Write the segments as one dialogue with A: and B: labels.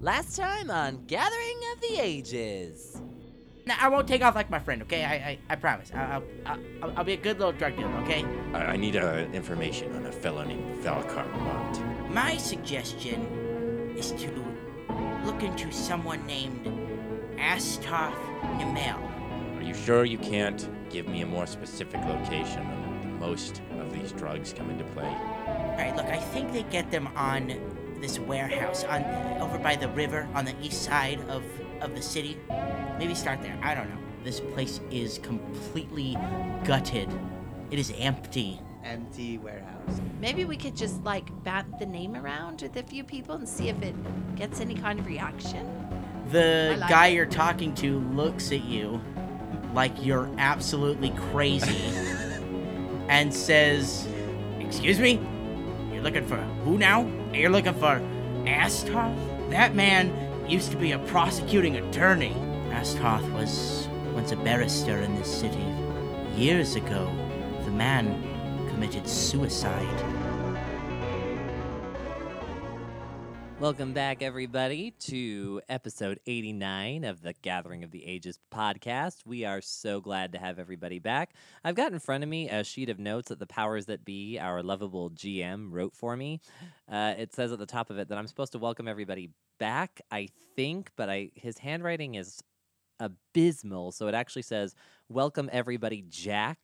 A: Last time on Gathering of the Ages.
B: No, I won't take off like my friend, okay? I I, I promise. I'll, I'll, I'll, I'll be a good little drug dealer, okay?
C: I, I need uh, information on a fellow named Valcar Mott.
B: My suggestion is to look into someone named Astoth Nemel.
C: Are you sure you can't give me a more specific location of the most of these drugs come into play?
B: All right, look, I think they get them on this warehouse on over by the river on the east side of of the city. Maybe start there. I don't know. This place is completely gutted. It is empty.
D: Empty warehouse.
E: Maybe we could just like bat the name around with a few people and see if it gets any kind of reaction.
B: The
E: I like
B: guy
E: it.
B: you're talking to looks at you like you're absolutely crazy and says, Excuse me? You're looking for who now? You're looking for Astoth? That man used to be a prosecuting attorney. Astoth was once a barrister in this city. Years ago, the man committed suicide.
A: Welcome back, everybody, to episode 89 of the Gathering of the Ages podcast. We are so glad to have everybody back. I've got in front of me a sheet of notes that the powers that be, our lovable GM, wrote for me. Uh, it says at the top of it that I'm supposed to welcome everybody back, I think, but I his handwriting is abysmal, so it actually says, Welcome everybody, Jack.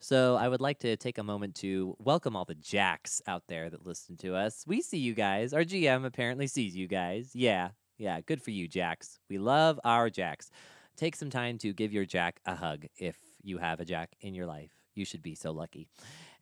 A: So I would like to take a moment to welcome all the jacks out there that listen to us. We see you guys. Our GM apparently sees you guys. Yeah, yeah, good for you, jacks. We love our jacks. Take some time to give your jack a hug if you have a jack in your life. You should be so lucky.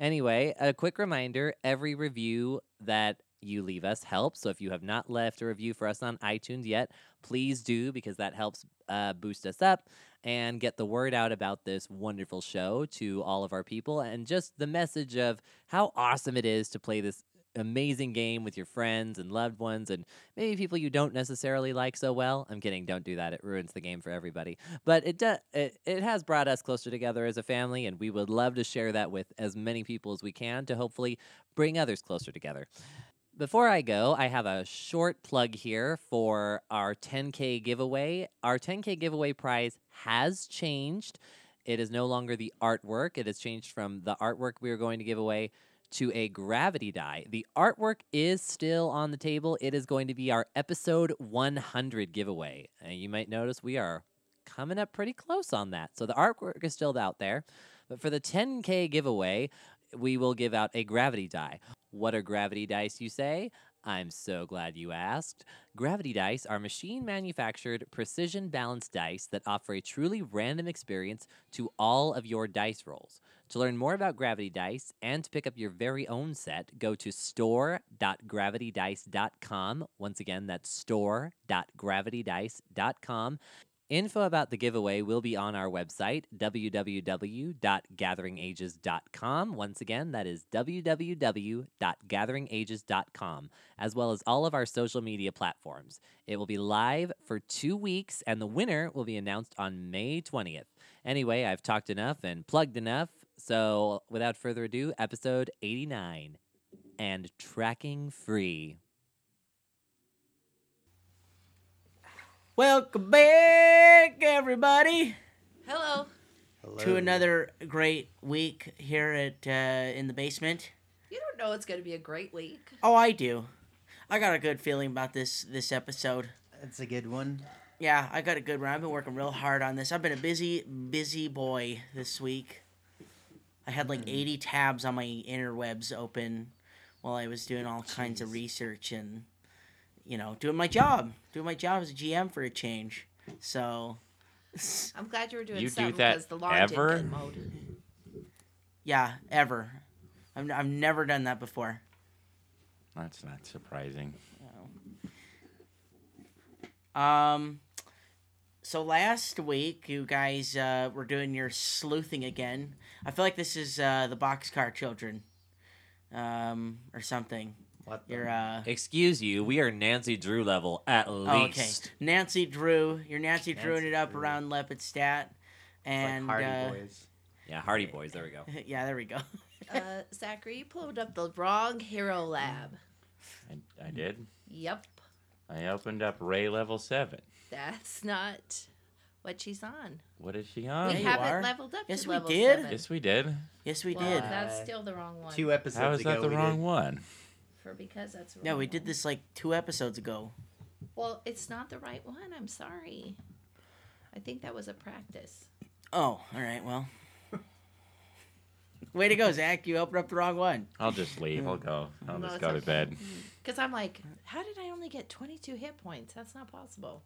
A: Anyway, a quick reminder every review that you leave us helps. So if you have not left a review for us on iTunes yet, please do because that helps uh, boost us up and get the word out about this wonderful show to all of our people and just the message of how awesome it is to play this amazing game with your friends and loved ones and maybe people you don't necessarily like so well. I'm kidding, don't do that. It ruins the game for everybody. But it does it, it has brought us closer together as a family and we would love to share that with as many people as we can to hopefully bring others closer together. Before I go, I have a short plug here for our 10K giveaway. Our 10K giveaway prize has changed. It is no longer the artwork, it has changed from the artwork we are going to give away to a gravity die. The artwork is still on the table. It is going to be our episode 100 giveaway. And you might notice we are coming up pretty close on that. So the artwork is still out there. But for the 10K giveaway, we will give out a gravity die. What are gravity dice, you say? I'm so glad you asked. Gravity dice are machine manufactured, precision balanced dice that offer a truly random experience to all of your dice rolls. To learn more about Gravity Dice and to pick up your very own set, go to store.gravitydice.com. Once again, that's store.gravitydice.com. Info about the giveaway will be on our website, www.gatheringages.com. Once again, that is www.gatheringages.com, as well as all of our social media platforms. It will be live for two weeks, and the winner will be announced on May 20th. Anyway, I've talked enough and plugged enough, so without further ado, episode 89 and tracking free.
B: Welcome back, everybody.
E: Hello.
D: Hello.
B: to another great week here at uh, in the basement.
E: You don't know it's going to be a great week.
B: Oh, I do. I got a good feeling about this this episode.
D: That's a good one.
B: Yeah, I got a good one. I've been working real hard on this. I've been a busy, busy boy this week. I had like 80 tabs on my interwebs open while I was doing all kinds of research and, you know, doing my job. Doing my job as a GM for a change. So,
E: I'm glad you were doing
C: You do
E: something
C: that
E: because the lawn didn't
C: ever?
E: get mowed.
B: yeah, ever. I've, I've never done that before.
C: That's not surprising.
B: Um, so last week you guys uh, were doing your sleuthing again. I feel like this is uh, the Boxcar Children, um, or something.
D: What the?
B: You're uh,
A: Excuse you, we are Nancy Drew level at
B: oh, okay,
A: least.
B: Nancy Drew. You're Nancy,
D: Nancy
B: Drewing it up
D: Drew.
B: around Leopardstat,
D: It's
B: and
D: like Hardy
B: uh,
D: Boys.
A: Yeah, Hardy Boys, there we go.
B: yeah, there we go.
E: Uh, Zachary you pulled up the wrong hero lab.
C: I, I did.
E: Yep.
C: I opened up Ray level seven.
E: That's not what she's on.
C: What is she
E: we
C: on?
B: Oh, you
E: haven't
B: are.
E: leveled up
B: Yes,
E: to
B: we
E: level
B: did. Uh,
E: seven.
C: Yes, we did.
B: Yes, we
E: Well,
B: did.
E: That's still the wrong one.
D: Two episodes
C: How is
D: ago.
C: that the
D: we
C: wrong
D: did.
C: one?
E: for because that's the
B: No,
E: wrong
B: we did
E: one.
B: this like two episodes ago.
E: Well, it's not the right one. I'm sorry. I think that was a practice.
B: Oh, all right. Well, way to go, Zach. You opened up the wrong one.
C: I'll just leave. I'll go. I'll
E: No,
C: just
E: it's
C: go to
E: okay.
C: bed.
E: Because I'm like, how did I only get 22 hit points? That's not possible.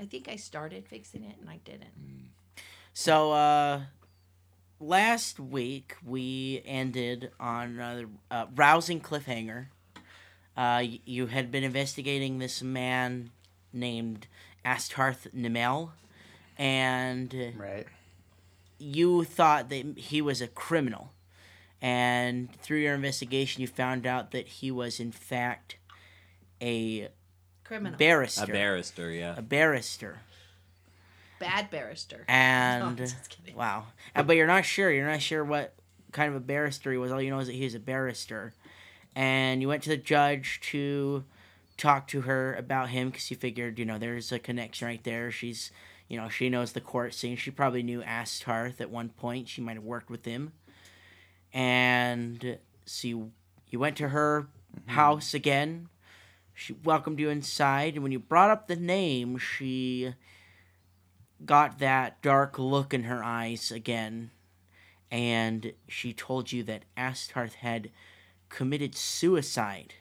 E: I think I started fixing it and I didn't.
B: So uh, last week we ended on a uh, rousing cliffhanger. Uh, y- you had been investigating this man named Astarth Nimel, and
D: Right.
B: you thought that he was a criminal. And through your investigation, you found out that he was, in fact, a
E: Criminal.
B: barrister.
A: A barrister, yeah.
B: A barrister.
E: Bad barrister.
B: And
E: No, just kidding.
B: wow, Uh, but you're not sure. You're not sure what kind of a barrister he was. All you know is that he was a barrister, and you went to the judge to talk to her about him because you figured, you know, there's a connection right there. She's, you know, she knows the court scene. She probably knew Astarth at one point. She might have worked with him, and so you, you went to her house again. She welcomed you inside, and when you brought up the name, she got that dark look in her eyes again, and she told you that Astarth had committed suicide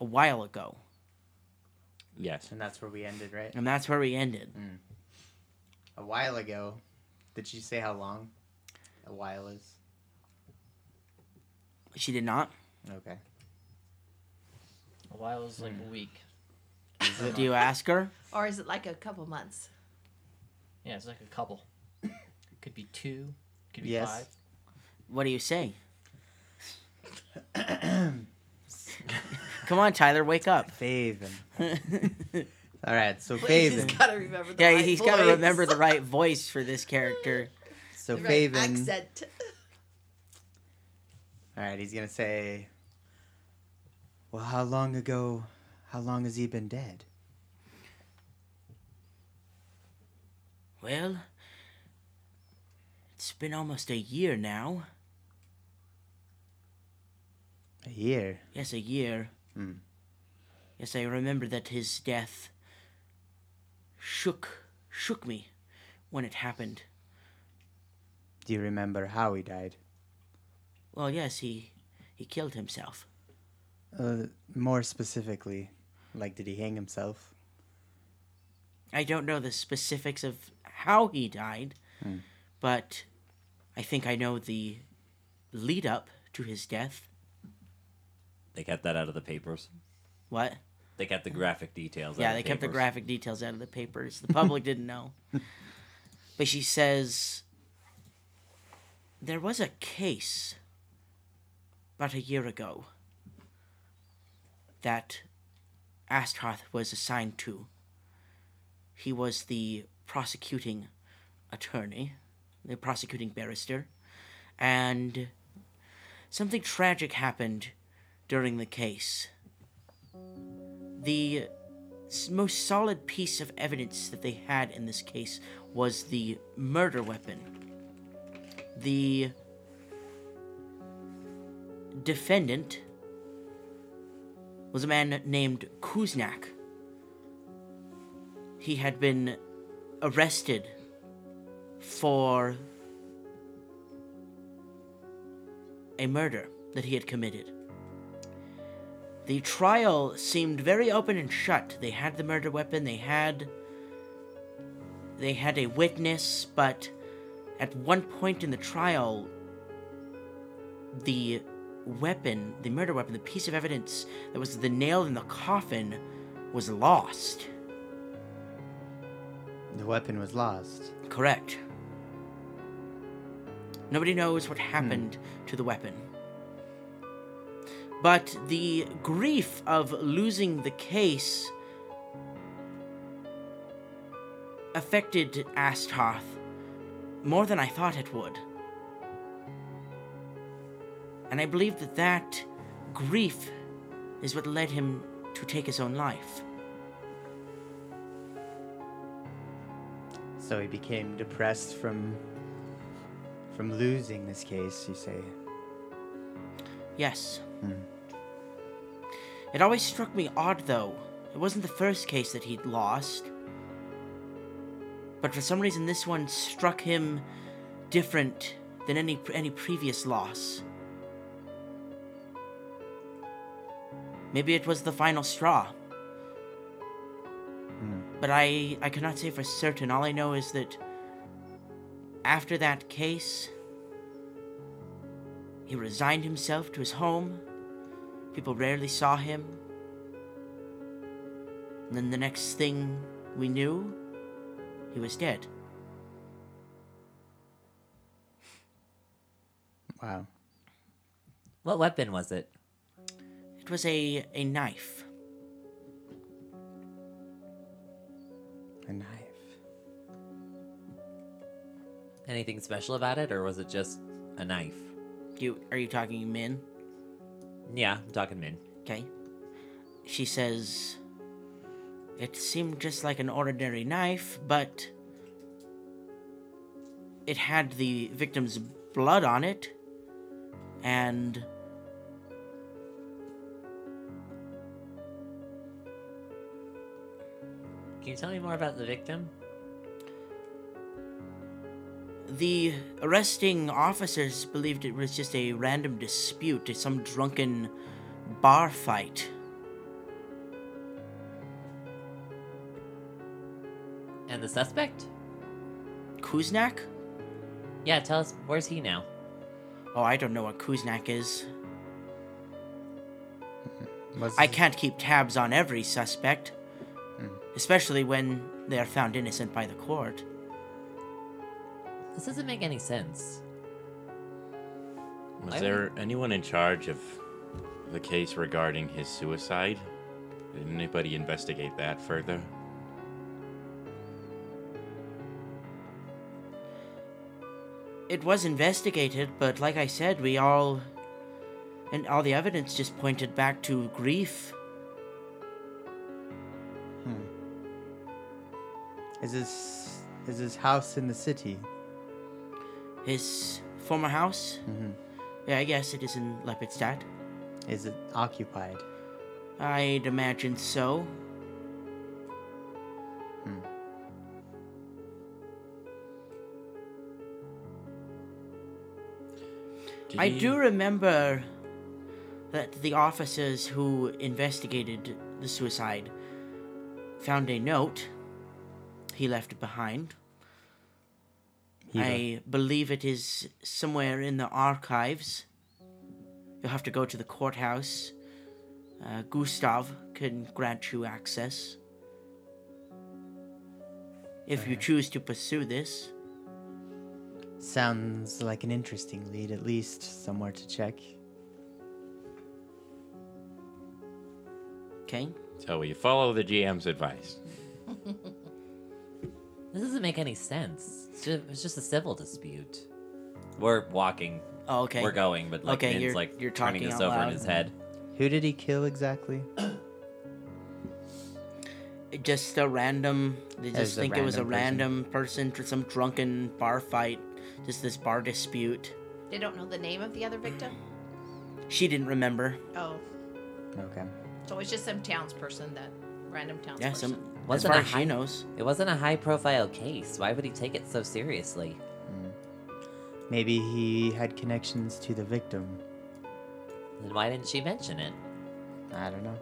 B: a while ago.
C: Yes.
D: And that's where we ended, right?
B: And that's where we ended.
D: A while ago. Did she say how long? A while is.
B: She did not.
D: Okay.
F: A while is like a week.
B: Do you ask her?
E: Or is it like a couple months?
F: Yeah, it's like a couple. Could be two. Could be
D: Yes.
F: five.
B: What do you say? Come on, Tyler, wake up.
D: Faven. All right. So
E: Please, he's
D: Faven.
E: got to remember the
B: yeah,
E: right
B: he's got to
E: voice.
B: remember the right voice for this character.
D: So
E: The right
D: Faven.
E: accent.
D: All right. He's gonna say. Well, how long ago? How long has he been dead?
B: Well, it's been almost a year now.
D: A year.
B: Yes, a year.
D: Hmm.
B: Yes, I remember that his death shook shook me when it happened.
D: Do you remember how he died?
B: Well, yes, he he killed himself.
D: Uh, more specifically, like, did he hang himself?
B: I don't know the specifics of how he died, but I think I know the lead up to his death.
A: They kept that out of the papers.
B: What?
A: They kept the graphic details.
B: yeah,
A: out
B: they
A: of
B: kept the
A: papers.
B: graphic details out of the papers. The public didn't know. But she says there was a case about a year ago that Astarth was assigned to. He was the prosecuting attorney, the prosecuting barrister, and something tragic happened during the case. The s- most solid piece of evidence that they had in this case was the murder weapon. The defendant was a man named Kuznak. He had been arrested for a murder that he had committed. The trial seemed very open and shut. They had the murder weapon, they had they had a witness, but at one point in the trial the weapon, the murder weapon, the piece of evidence that was the nail in the coffin was lost.
D: The weapon was lost.
B: Correct. Nobody knows what happened to the weapon. But the grief of losing the case affected Astarth more than I thought it would. And I believe that that grief is what led him to take his own life.
D: So he became depressed from from losing this case, you say.
B: Yes. It always struck me odd, though. It wasn't the first case that he'd lost. But for some reason, this one struck him different than any any previous loss. Maybe it was the final straw. But I I cannot say for certain. All I know is that after that case, he resigned himself to his home. People rarely saw him. And then the next thing we knew, he was dead.
D: Wow.
A: What weapon was it?
B: It was a, a knife.
D: A knife.
A: Anything special about it, or was it just a knife?
B: You are you talking Min?
A: Yeah, I'm talking Min.
B: Okay. She says it seemed just like an ordinary knife, but it had the victim's blood on it and
A: Can you tell me more about the victim?
B: The arresting officers believed it was just a random dispute, some drunken bar fight.
A: And the suspect?
B: Kuznak?
A: Yeah, tell us, where's he now?
B: Oh, I don't know what Kuznak is.
D: Was
B: I can't keep tabs on every suspect, especially when they are found innocent by the court.
A: This doesn't make any sense.
C: Was
A: I
C: there anyone in charge of the case regarding his suicide? Did anybody investigate that further?
B: It was investigated, but like I said, we all. And all the evidence just pointed back to grief.
D: Is this is his house in the city?
B: His former house? Yeah, yes, it is in Lepidstadt.
D: Is it occupied?
B: I'd imagine so.
C: Did
B: I
A: Mm-hmm.
C: he-
B: do remember that the officers who investigated the suicide found a note he left behind.
D: He
B: I believe it is somewhere in the archives. You'll have to go to the courthouse. Uh, Gustav can grant you access. If you choose to pursue this,
D: Sounds like an interesting lead, at least somewhere to check.
B: okay?
C: So you follow the GM's advice.
A: This doesn't make any sense. It's just, it's just a civil dispute. We're walking.
B: Oh, okay.
A: We're going, but like
B: Okay,
A: Min's
B: you're-
A: like
B: you're
A: turning
B: talking
A: this
B: out
A: over in
B: loud.
A: his head.
D: Who did he kill exactly?
B: just a random they
D: As
B: just
D: a
B: think it was a
D: random
B: random person to some drunken bar fight just this bar dispute
E: They don't know the name of the other victim?
B: she didn't remember
E: Oh,
D: Okay.
E: so it's just some townsperson that random townsperson.
B: yeah some as
A: Wasn't
B: far
A: a
B: as she
A: high-
B: knows
A: It wasn't a high profile case. Why would he take it so seriously?
D: Maybe he had connections to the victim.
A: Then why didn't she mention it?
D: I don't know.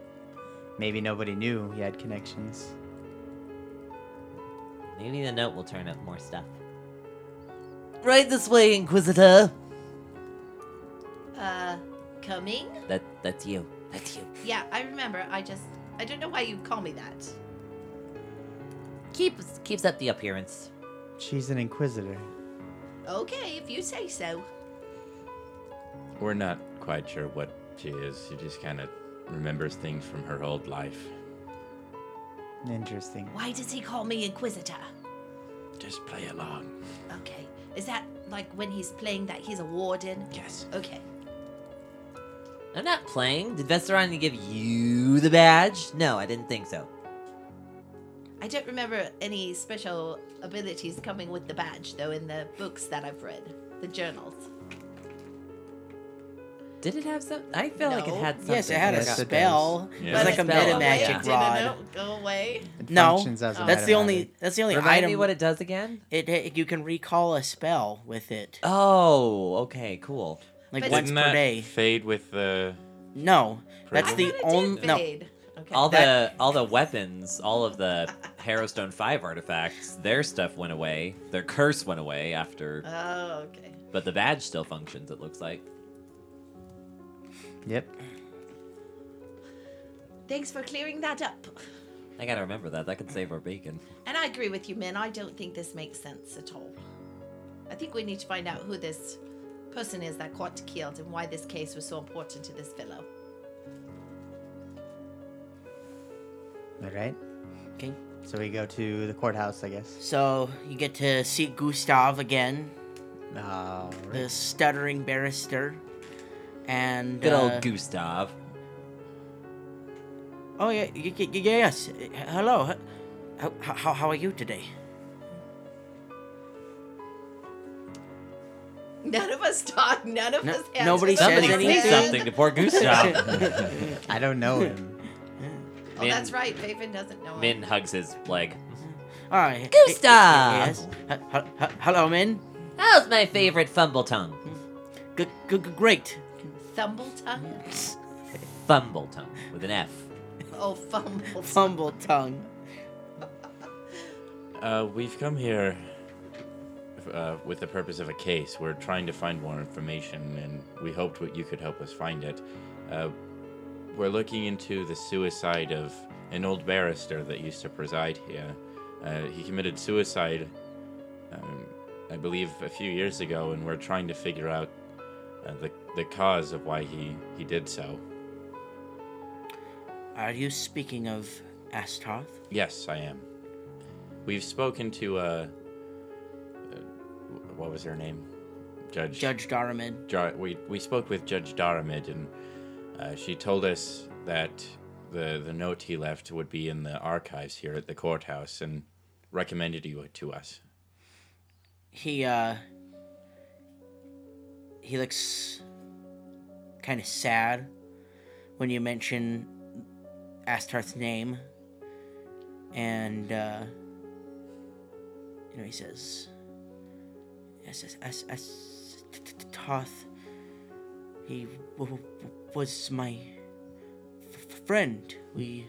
D: Maybe nobody knew he had connections.
A: Maybe the note will turn up more stuff. Right this way, Inquisitor!
E: Uh, coming?
A: That that's you. That's you.
E: Yeah, I remember. I just I don't know why you call me that.
A: Keeps keeps up the appearance.
D: She's an inquisitor.
E: Okay, if you say so.
C: We're not quite sure what she is. She just kind of remembers things from her old life.
D: Interesting.
E: Why does he call me Inquisitor?
C: Just play along.
E: Okay, is that like when he's playing that he's a warden?
C: Yes.
E: Okay.
A: I'm not playing. Did Vesterani give you the badge? No, I didn't think so.
E: I don't remember any special abilities coming with the badge, though, in the books that I've read, the journals.
A: Did it have some? I feel like it
E: No.
A: had something.
B: Yes, it had a
D: Yes, it does.
B: spell.
C: Yeah.
B: It was like
C: But
B: a
A: a spell.
B: meta
E: Wait,
B: magic
E: didn't
B: rod.
E: it go away.
D: It
B: No,
D: functions as a
E: Oh.
B: That's the
D: metamagic.
B: only. That's the only
A: Remind
B: item.
A: me what it does again.
B: it, it- you can recall a spell with it,
A: Oh, okay, cool.
B: like
E: But-
B: once
C: Didn't
B: per
C: that
B: day.
C: fade with the?
B: No, that's
E: I
B: the
E: thought it
B: only.
E: did
B: No,
E: fade. Okay.
A: All
B: That-
A: the all the weapons, all of the Harrowstone Five artifacts, their stuff went away. Their curse went away after,
E: Oh, okay.
A: but the badge still functions. It looks like.
D: Yep.
E: Thanks for clearing that up.
A: I gotta remember that. That could save our bacon.
E: And I agree with you, Min. I don't think this makes sense at all. I think we need to find out who this person is that Quat killed and why this case was so important to this fellow.
D: All right.
B: Okay.
D: So we go to the courthouse, I guess.
B: So you get to see Gustav again,
D: All
B: the
D: right.
B: stuttering barrister, and
A: Good
B: uh,
A: old Gustav.
B: Oh yeah, y- y- y- yes. H- Hello. H- How, how, how are you today?
E: None of us talk. None of
B: No-
E: us answer.
B: nobody
E: the
B: says
A: Somebody
E: question.
A: feed
B: anything?
A: something to poor Gustav.
D: I don't know him.
E: Oh, that's right. Faven doesn't know.
A: Min
E: him.
A: hugs his leg.
B: All right.
A: Gustav!
B: Yes. H- h- h- hello, Min.
A: How's my favorite fumble tongue?
B: G- g- g- great.
E: Thumble tongue.
A: Fumble tongue with an F.
E: Oh, fumble. tongue.
B: Fumble tongue.
C: Uh, we've come here uh, with the purpose of a case. We're trying to find more information, and we hoped what you could help us find it. Uh, we're looking into the suicide of an old barrister that used to preside here. Uh, he committed suicide, um, I believe, a few years ago, and we're trying to figure out uh, the the cause of why he he did so.
B: Are you speaking of Astarth?
C: Yes, I am. We've spoken to uh, uh wh- what was her name? Judge
B: Judge Daramid.
C: Jar- we we spoke with Judge Daramid, and uh, she told us that the the note he left would be in the archives here at the courthouse, and recommended you to us.
B: He uh he looks kind of sad when you mention Astarth's name, and uh, you know he says, "Yes, As- As- Astarth, he w- w- was my f- friend. We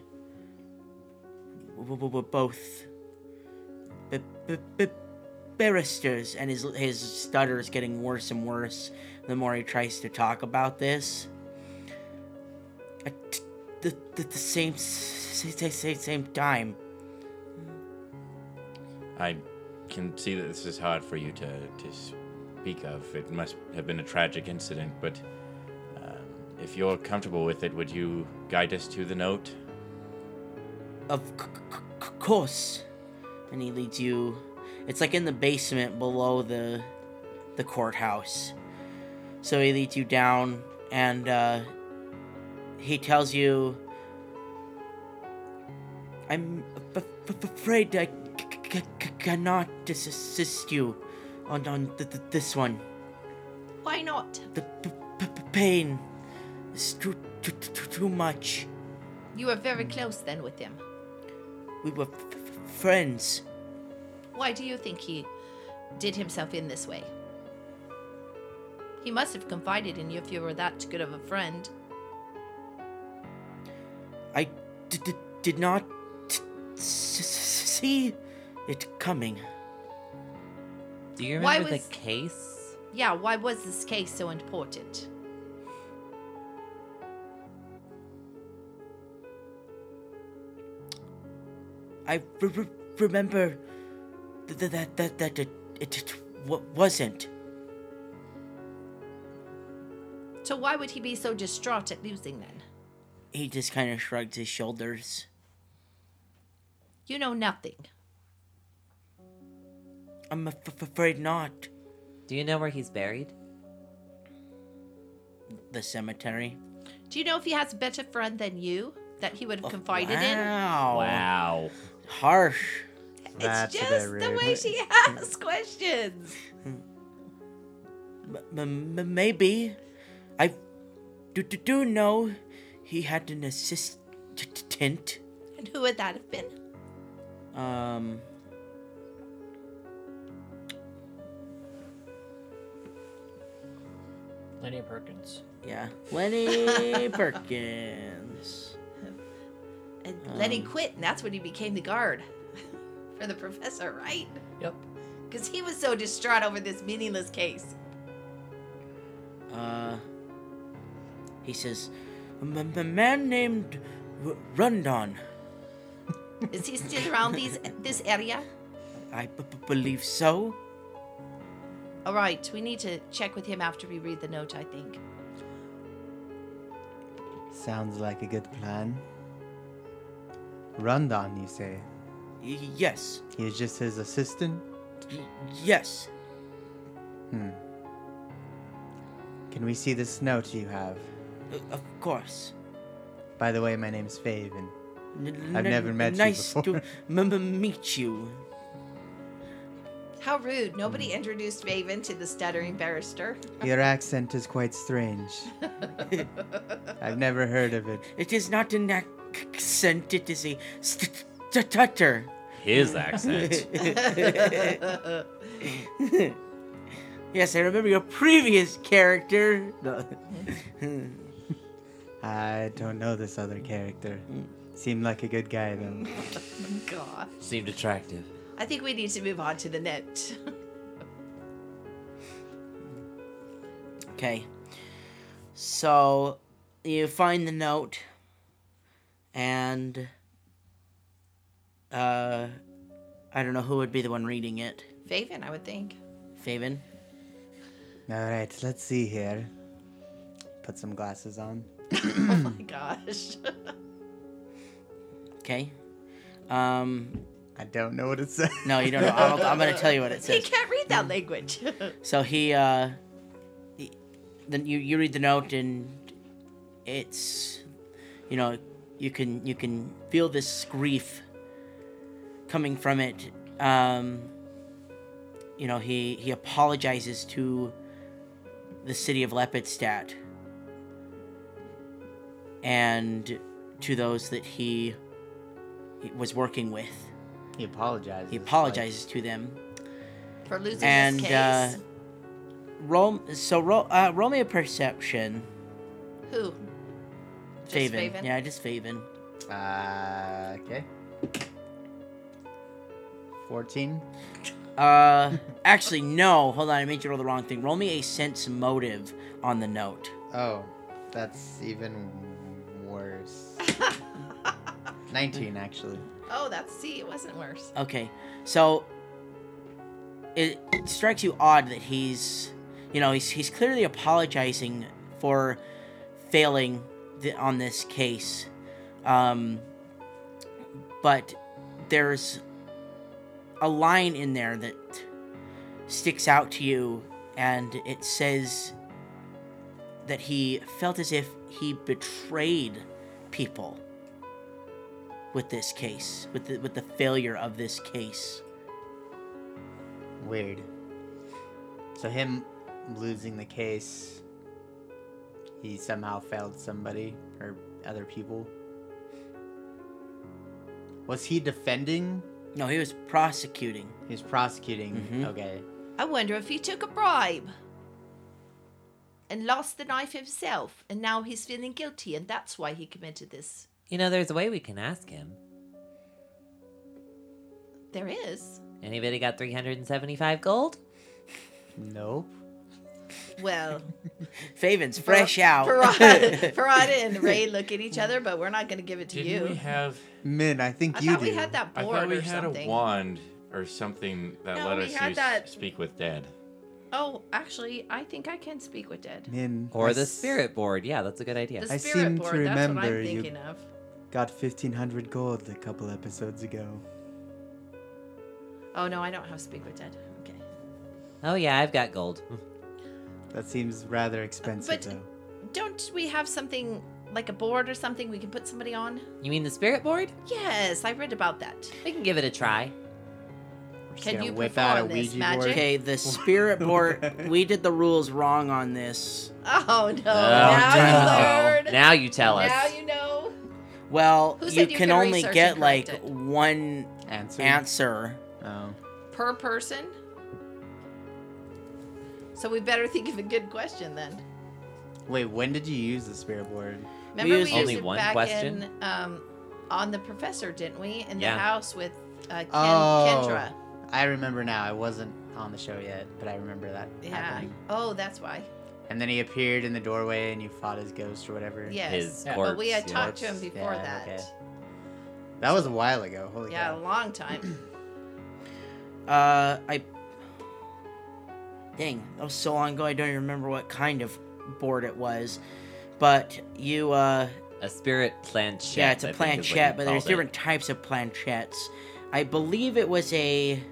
B: w- w- were both b- b- b- barristers and his his stutter is getting worse and worse the more he tries to talk about this. At the, the, the same s- s- s- s- same time,
C: I can see that this is hard for you to to speak of. It must have been a tragic incident, but um, if you're comfortable with it, would you guide us to the note?
B: of c- c- c- course, and he leads you. It's like in the basement below the the courthouse. So he leads you down, and uh, he tells you, "I'm af- af- afraid I c- c- c- cannot dis- assist you on on th- th- this one.
E: Why not?
B: The p- p- p- pain is too too too, too much."
E: You were very close then with him.
B: We were f- f- friends.
E: Why do you think he did himself in this way? He must have confided in you if you were that good of a friend.
B: I d- d- did not t- s- s- see it coming.
A: Do you
E: Why
A: remember the
E: was-
A: case?
E: Yeah, why was this case so important?
B: I re- re- remember th- th- that that that it it, it w- wasn't.
E: So why would he be so distraught at losing then?
B: He just kind of shrugged his shoulders.
E: You know nothing.
B: I'm af- af- afraid not.
A: Do you know where he's buried?
B: The cemetery.
E: Do you know if he has a better friend than you that he would have confided in?
B: Oh, Wow.
A: Wow.
B: Harsh.
D: That's a
E: it's
D: bit
E: just the
D: rude.
E: way she asks questions.
B: M- m- m- maybe. I do, do, do know he had an assistant.
E: And who would that have been?
B: Um.
F: Lenny Perkins.
B: Yeah. Lenny Perkins.
E: And Lenny
B: Um.
E: quit, and that's when he became the guard for the professor, right?
F: Yep.
E: Because he was so distraught over this meaningless case.
B: Uh. He says, a m- m- man named R- Rundon.
E: Is he still around these this area?
B: I b- b- believe so.
E: All right, we need to check with him after we read the note, I think.
D: Sounds like a good plan. Rundan, you say?
B: Y- yes.
D: He is just his assistant?
B: Y- yes.
D: Hmm. Can we see this note you have?
B: Uh, of course.
D: By the way, my name's Fave, and
B: N-
D: I've
B: n-
D: never met you
B: nice
D: before.
B: to m- m- meet you.
E: How rude. Nobody introduced Maven to the stuttering barrister.
D: your accent is quite strange. I've never heard of it.
B: It is not an accent, it is a st- st- stutter.
C: His
E: Mm.
C: accent.
B: Yes, I remember your previous character. No.
D: I don't know this other character. Seemed like a good guy, though.
B: Mm.
E: God.
C: Seemed attractive.
E: I think we need to move on to the note.
B: Okay. So you find the note and uh I don't know who would be the one reading it.
E: Faven, I would think.
B: Faven?
D: All right, let's see here. Put some glasses on.
E: Oh my gosh.
B: Okay. Um
D: I don't know what it says.
B: no, you don't know. I'll, I'm going to tell you what it
E: he
B: says.
E: can't read that language.
B: So he uh he- then you you read the note and it's you know, you can you can feel this grief coming from it. Um you know, he he apologizes to the city of Lepidstadt and to those that he he was working with.
D: He apologizes.
B: He
D: like-
B: apologizes to them.
E: For losing
B: And,
E: his case.
B: uh, Roll, so roll, uh, roll me a perception.
E: Who? Just
B: Faven.
E: Faven?
B: Yeah, just Faven.
D: Uh, okay. 14.
B: Uh, actually, no. Hold on, I made you roll the wrong thing. Roll me a sense motive on the note.
D: Oh, that's even worse. 19, actually.
E: Oh, that's. See, it wasn't worse.
B: Okay, so it, it strikes you odd that he's, you know, he's he's clearly apologizing for failing the, on this case, um, but there's a line in there that sticks out to you, and it says that he felt as if he betrayed people with this case, with the, with the failure of this case.
D: Weird. So, him losing the case, he somehow failed somebody or other people. Was he defending?
B: No, he was prosecuting.
D: He was prosecuting.
B: Mhm.
D: Okay.
E: I wonder if he took a bribe and lost the knife himself, and now he's feeling guilty, and that's why he committed this.
A: You know, there's a way we can ask him.
E: There is.
A: Anybody got 375 gold?
D: Nope.
E: Well,
B: Faven's fresh out.
E: Farad, Farad and Ray look at each other, but we're not going to give it to
C: Didn't
E: you.
C: we have?
D: Min, I think
E: I
D: you
E: thought
D: do.
E: we had that
C: I
E: board
C: thought we
E: or
C: had
E: something.
C: a wand or something that
E: No,
C: let
E: we
C: us
E: had
C: use
E: that-
C: speak with dead.
E: Oh, actually, I think I can speak with dead.
D: Min.
A: Or
D: I
A: the
D: s-
A: spirit board. Yeah, that's a good idea.
E: The
D: I
E: spirit
D: seem to
E: board, that's what
D: remember
E: I'm
D: you-
E: thinking of.
D: Got 1500 gold a couple episodes ago.
E: Oh, no, I don't have speak with dead. Okay.
A: Oh, yeah, I've got gold.
D: That seems rather expensive,
E: but-
D: though.
E: Don't we have something like a board or something we can put somebody on?
A: You mean the spirit board?
E: Yes, I read about that.
A: We can give it a try.
D: We're just
E: Can
D: gonna
E: you
D: whip out a
E: perform this
D: Ouija board.
E: magic?
B: Okay, the spirit board. We did the rules wrong on this.
E: Oh
A: no.
E: no! now you learn.
A: Now you tell us.
E: Now you know.
B: Well,
E: Who
B: you
E: said you
B: can
E: could
B: only
E: research
B: get
E: and
B: like
E: correct it?
B: one
D: Answer.
B: answer.
D: Oh.
E: per person. So we better think of a good question then.
D: Wait, when did you use the spirit board?
E: Remember we
B: used
E: used
A: Only
E: it
A: one
E: back
A: question?
E: in um, on the professor, didn't we? In
A: Yeah.
E: the house with uh, Ken,
D: Oh.
E: Kendra.
D: I remember now. I wasn't on the show yet, but I remember that
E: Yeah.
D: happening.
E: Oh, that's why.
D: And then he appeared in the doorway, and you fought his ghost or whatever.
E: Yes.
A: His
F: Yeah.
A: corpse.
E: but we had
A: yeah.
E: talked to him
D: corpse.
E: before
D: Yeah,
E: that.
D: okay. That was a while ago. Holy
E: Yeah, a
D: cow.
E: long time.
B: Uh, I. Dang, that was so long ago. I don't even remember what kind of board it was. But you, uh,
A: A spirit planchette.
B: yeah, it's
A: I
B: a
A: think is what you
B: planchette, but there's
A: called it.
B: different types of planchettes. I believe it was a.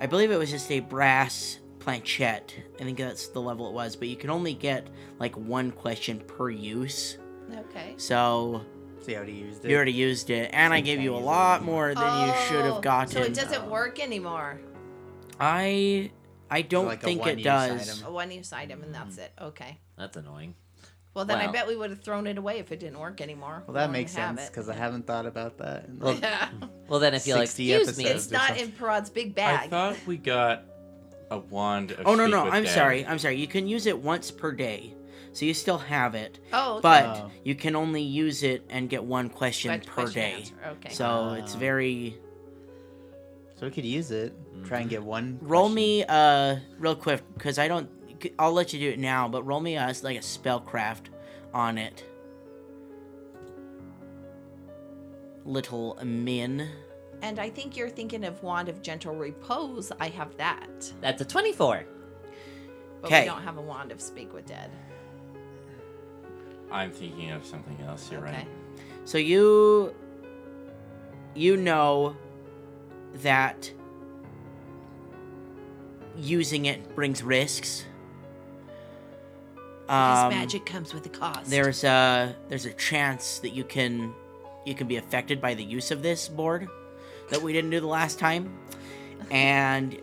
B: I believe it was just a brass planchette. I think that's the level it was, but you can only get like one question per use.
E: Okay.
B: So
D: See how he used it.
B: you already used it, and I
D: you
B: gave
D: can't
B: you a
D: use it
B: lot
D: anymore.
B: more than you should
E: Oh,
B: have gotten.
E: So it
A: uh,
E: doesn't work anymore.
B: I I don't
D: like a
B: think it
D: one-use
B: does.
D: item.
E: A one use item and that's it. Okay.
A: That's annoying.
E: Well then
A: Wow.
E: I bet we would have thrown it away if it didn't work anymore.
D: Well,
E: We
D: that
E: wanted
D: makes
E: to have
D: sense
E: it.
D: because I haven't thought about that. in
A: Well,
D: like-
E: Yeah.
A: Well, then if you're like,
D: 60
A: excuse me.
D: episodes.
E: It's
D: or
E: not
D: something.
E: in Parod's big
C: I
E: bag.
C: thought we got a wand of
B: Oh no
C: Speak
B: no,
C: with
B: I'm
C: Dead.
B: sorry. I'm sorry. You can use it once per day. So you still have it,
E: Oh, okay.
B: but
D: Oh.
B: you can only use it and get one question
E: Question-
B: per
E: question
B: day.
E: answer. Okay.
B: So it's
D: Ah.
B: very
D: So we could use it. Try and get one.
B: roll
D: question.
B: me uh real quick cuz I don't I'll let you do it now, but roll me a, like a spellcraft on it. Little min.
E: And I think you're thinking of Wand of Gentle Repose. I have that.
A: That's a 24.
E: But
B: Okay.
E: we don't have a Wand of Speak with Dead.
C: I'm thinking of something else. You're
E: Okay.
C: right.
B: So you you know that using it brings risks.
E: Because
B: Um,
E: magic comes with a cost.
B: There's a there's a chance that you can you can be affected by the use of this board that we didn't do the last time, and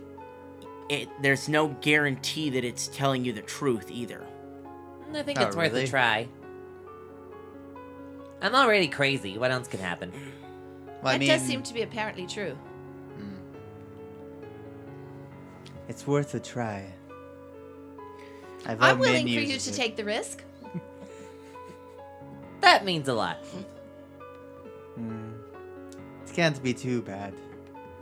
B: it there's no guarantee that it's telling you the truth either.
A: I think
D: Oh,
A: it's worth
D: really?
A: a try. I'm already crazy. What else can happen?
D: Well, I
E: that does
D: mean,
E: seem to be apparently true.
D: It's worth a try. I've
E: I'm willing for you to take the risk.
A: That means a lot.
D: It can't be too bad.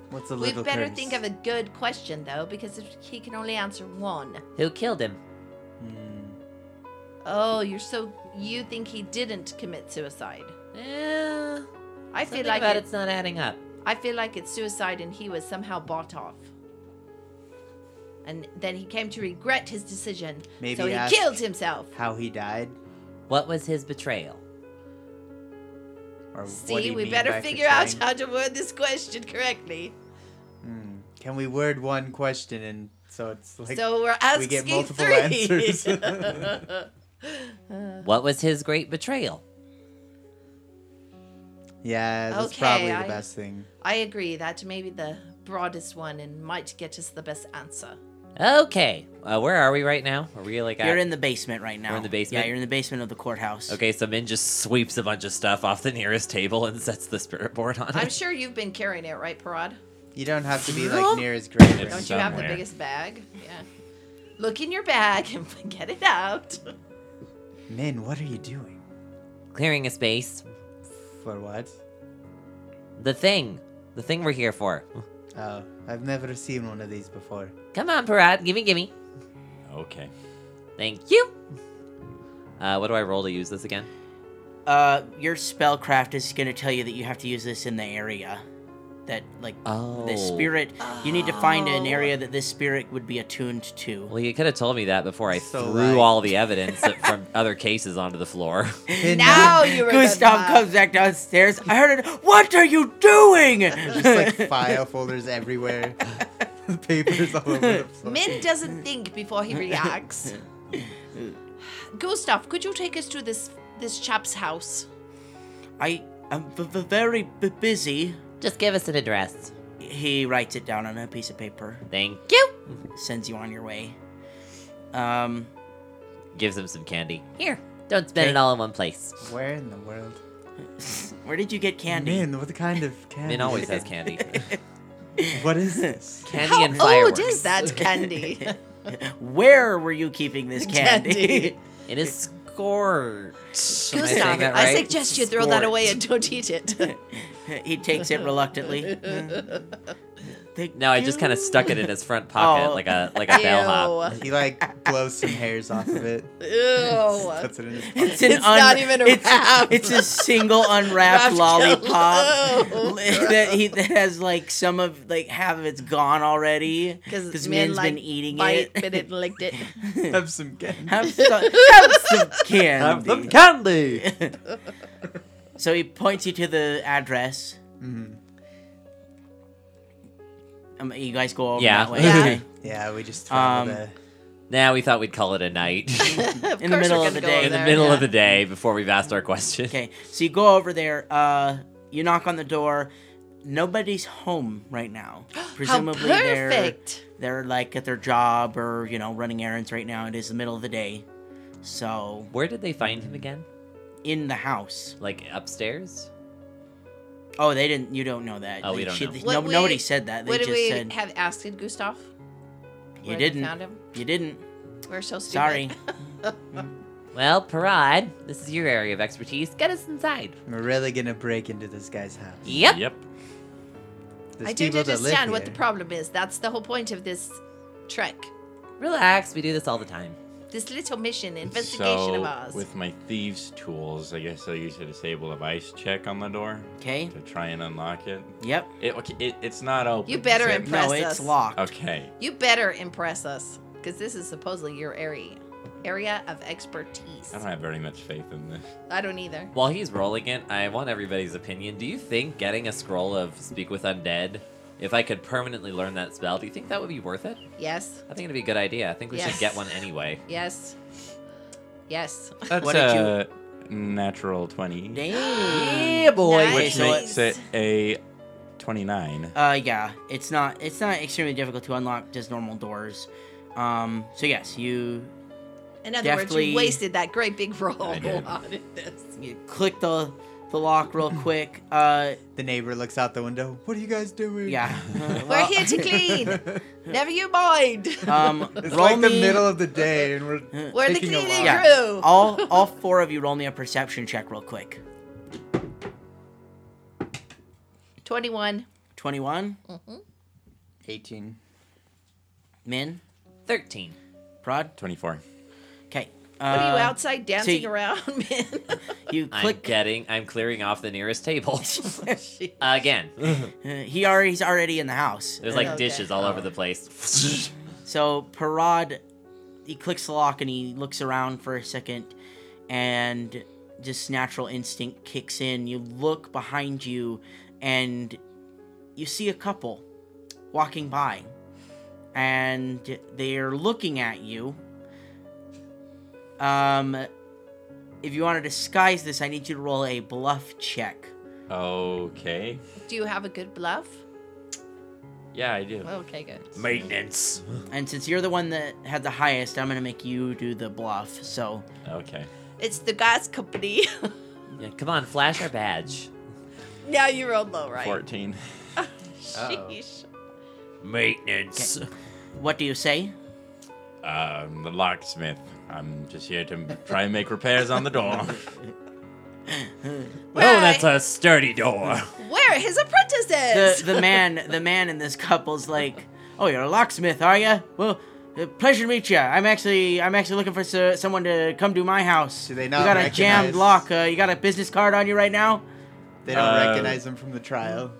D: What's a
E: We
D: little?
E: better
D: curse?
E: think of a good question, though, because if he can only answer one.
A: Who killed him?
E: Oh, you're so. You think he didn't commit suicide.
A: Eh,
E: I
A: something
E: feel like
A: about
E: it-
A: it's not adding up.
E: I feel like it's suicide and he was somehow bought off. And then he came to regret his decision.
D: Maybe
E: so he
D: ask-
E: killed himself.
D: how he died.
A: What was his betrayal?
D: Or what do
E: See,
D: you
E: we
D: mean
E: better
D: by
E: figure out
D: portraying?
E: how to word this question correctly.
D: Hmm. Can we word one question and so it's like
E: so we're asking
D: we get multiple
E: three.
D: answers?
A: What was his great betrayal?
D: yeah, that's
E: Okay,
D: probably
E: I-
D: the best thing.
E: I agree that may be the broadest one and might get us the best answer.
A: Okay. Uh, where are we right now? Are we like at-
B: You're in the basement right now.
A: We're in the basement?
B: Yeah, you're in the basement of the courthouse.
A: Okay, so Min just sweeps a bunch of stuff off the nearest table and sets the spirit board on it.
E: I'm sure you've been carrying it, right, Parad?
D: You don't have to be
B: Nope.
D: like near his grave. or
C: It's
D: anything.
E: Don't you have the
C: Somewhere.
E: biggest bag? Yeah. Look in your bag and get it out.
D: Min, what are you doing?
A: Clearing a space.
D: For what?
A: The thing. The thing we're here for.
D: Oh, I've never seen one of these before.
A: Come on, Parad. Gimme, gimme.
C: Okay.
A: Thank you. Uh, what do I roll to use this again?
B: Uh, your spellcraft is going to tell you that you have to use this in the area that, like,
A: Oh.
B: the spirit. You need to find an
E: Oh.
B: area that this spirit would be attuned to.
A: Well, you could have told me that before I
D: So
A: threw
D: right.
A: all the evidence that- from other cases onto the floor.
D: Min,
E: now you remember.
B: Gustav comes back downstairs. I heard it. What are you doing?
D: There's just like file folders everywhere, papers all over the floor.
E: Min doesn't think before he reacts. Gustav, could you take us to this this chap's house?
B: I am v- v- very b- busy.
A: Just give us an address.
B: He writes it down on a piece of paper,
A: Thank you.
B: sends you on your way. Um,
A: Gives him some candy. Here. Don't spend it all in one place.
D: Where in the world?
B: where did you get candy?
D: Man, what kind of candy?
A: Min always has candy.
D: What is this?
A: Candy
E: How
A: and fireworks.
E: old is that candy?
B: Where were you keeping this candy?
A: It is scored. Am I saying
E: Gustav,
A: that
E: I
A: right?
E: suggest you throw that
B: Sport.
E: away and don't eat it.
B: he takes it reluctantly. Thank
A: No, I just kind of stuck it in his front pocket
B: Oh.
A: like a like a bellhop.
D: He like blows some hairs off of it.
E: Ew.
D: Oh,
E: Ew.
D: Puts it in his pocket.
B: It's, an
E: It's not even a
B: it's,
E: wrap.
B: It's a single unwrapped
E: Wrapped
B: lollipop
E: jello.
B: that he that has like some of like half of it's gone already because
E: men,
B: Min's
E: like,
B: been eating
E: bite,
B: it.
E: bit it, and licked it.
D: Have some candy.
B: have some, have some candy.
D: Have some candy.
B: so he points you to the address.
D: Mhm.
B: Um, you guys go over
A: Yeah.
B: that way.
E: Yeah.
B: Okay.
D: Yeah, we just
B: Um,
D: traveled a
A: Now we thought we'd call it a night
E: Of
B: In the
E: course we're
B: middle of
E: gonna
B: the
E: go
B: day.
E: over
B: In
A: in the
E: there,
A: middle
E: yeah.
A: of the day before we've asked our question.
B: Okay, so you go over there. Uh, you knock on the door. Nobody's home right now. Presumably
E: How
B: they're
E: perfect.
B: they're like at their job or you know running errands right now. It is the middle of the day, so
A: Where did they find him again?
B: in the house.
A: Like upstairs?
B: Oh, they didn't. You don't know that.
A: Oh, we
B: They-
A: don't
B: she-
A: know.
B: no-
E: What we-
B: nobody said that. They
E: What
B: just
E: did we
B: said
E: have asked it, Gustav?
B: you
E: Where they
B: didn't.
E: Found him?
B: You didn't.
E: We're so stupid.
B: Sorry.
A: Well, Parad, this is your area of expertise. Get us inside.
D: We're really gonna break into this guy's house.
A: Yep.
C: Yep.
D: There's
E: I don't
D: people that live
E: understand what the
D: here.
E: problem is. That's the whole point of this trek.
A: Relax. We do this all the time.
E: This little mission, investigation
C: so,
E: of ours.
C: With my thieves' tools, I guess I use a disable device check on the door
B: Okay.
C: to try and unlock it.
B: Yep.
C: It, okay, it it's not open.
E: You better
C: is it?
E: impress
B: No, it's
E: us.
B: locked.
C: Okay.
E: You better impress us, because this is supposedly your area area of expertise.
C: I don't have very much faith in this.
E: I don't either.
A: While he's rolling it, I want everybody's opinion. Do you think getting a scroll of Speak with Undead, if I could permanently learn that spell, do you think that would be worth it?
E: Yes,
A: I think it'd be a good idea. I think we should
E: Yes.
A: get one anyway.
E: yes, yes.
C: That's
B: What did you-
C: a natural 20.
B: Damn.
E: boy.
C: Which makes
E: Nice.
C: it a 29.
B: Uh, yeah, it's not it's not extremely difficult to unlock just normal doors. Um, so yes, you
E: In other words,
B: Definitely-
E: you wasted that great big roll
C: I did.
E: on this.
B: you click the the lock real quick. Uh,
D: The neighbor looks out the window. What are you guys doing?
B: yeah. Uh,
E: We're
B: well,
E: here to clean. Never you mind.
B: Um,
D: It's
B: roll
D: like the
B: me-
D: middle of the day, and we're
E: We're the
D: taking a
E: cleaning
D: walk.
B: Yeah.
E: crew.
B: all all four of you roll me a perception check real quick.
E: Twenty-one.
B: Twenty one,
D: 18.
B: Min,
A: 13.
B: Prod.
C: 24.
B: Okay. Uh,
E: What are you outside dancing
B: see-
E: around, man?
B: You
A: I'm
B: click.
A: getting, I'm clearing off the nearest table. Again.
B: Uh, he already he's already in the house.
A: There's like
E: Okay.
A: dishes all over the place.
B: So Parad, he clicks the lock and he looks around for a second, and just natural instinct kicks in. You look behind you, and you see a couple walking by, and they're looking at you. Um, if you want to disguise this, I need you to roll a bluff check.
C: Okay.
E: Do you have a good bluff?
C: Yeah, I do.
E: Okay, good.
A: Maintenance.
B: And since you're the one that had the highest, I'm gonna make you do the bluff. So
C: Okay.
E: It's the gas company.
A: Yeah, come on, flash our badge.
E: now you rolled low, right?
C: 14.
E: Sheesh.
A: Maintenance.
B: what do you say?
C: Um, the locksmith. I'm just here to try and make repairs on the door.
A: Oh,
E: Where,
A: that's a sturdy door.
E: where his
B: the
E: apprentices?
B: the man the man in this couple's like, "Oh, you're a locksmith, are you? Well, uh, pleasure to meet you. I'm actually I'm actually looking for s- someone to come to my house.
D: Do they
B: you
D: not
B: got a
D: recognize-
B: jammed lock. Uh, you got a business card on you right now.
D: They don't
C: Uh,
D: recognize him from the trial.